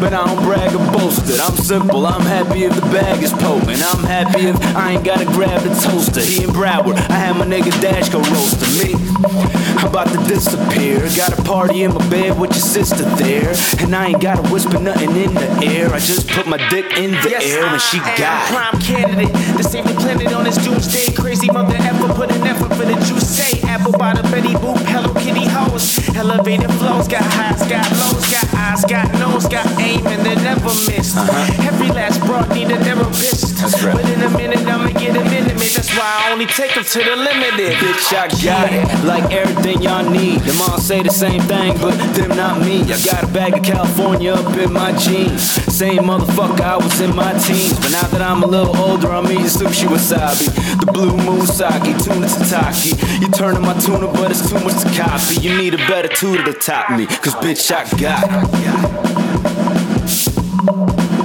S8: But I don't brag or boast it. I'm simple. I'm happy if the bag is potent. I'm happy if I ain't gotta grab the toaster. He and Broward. I had my nigga Dash go roast to me. I'm about to disappear. Got a party in my bed with your sister there. And I ain't gotta whisper nothing in the air. I just put my dick in the yes,
S5: air
S8: I
S5: and she
S8: am
S5: got it.
S8: prime candidate. The same the planet on his doomsday. Crazy mother ever put an effort for the juice. Say apple bottom Betty Boop, Hello Kitty hoes. Elevated flows, got highs, got lows, got eyes, got nose, got aim, and they never miss. Every last broad need a therapist.
S5: Uh-huh. That's right.
S8: But in a minute I'ma get a minute. That's why I only take them to the limited.
S5: Bitch, I got it, like everything y'all need. Them all say the same thing, but them not me. I got a bag of California up in my jeans. Same motherfucker, I was in my teens. But now that I'm a little older, I'm eating sushi wasabi. The blue moon sake, tuna tataki. You turning my tuna, but it's too much to copy. You need a better tutor to top me, cause bitch, I got it.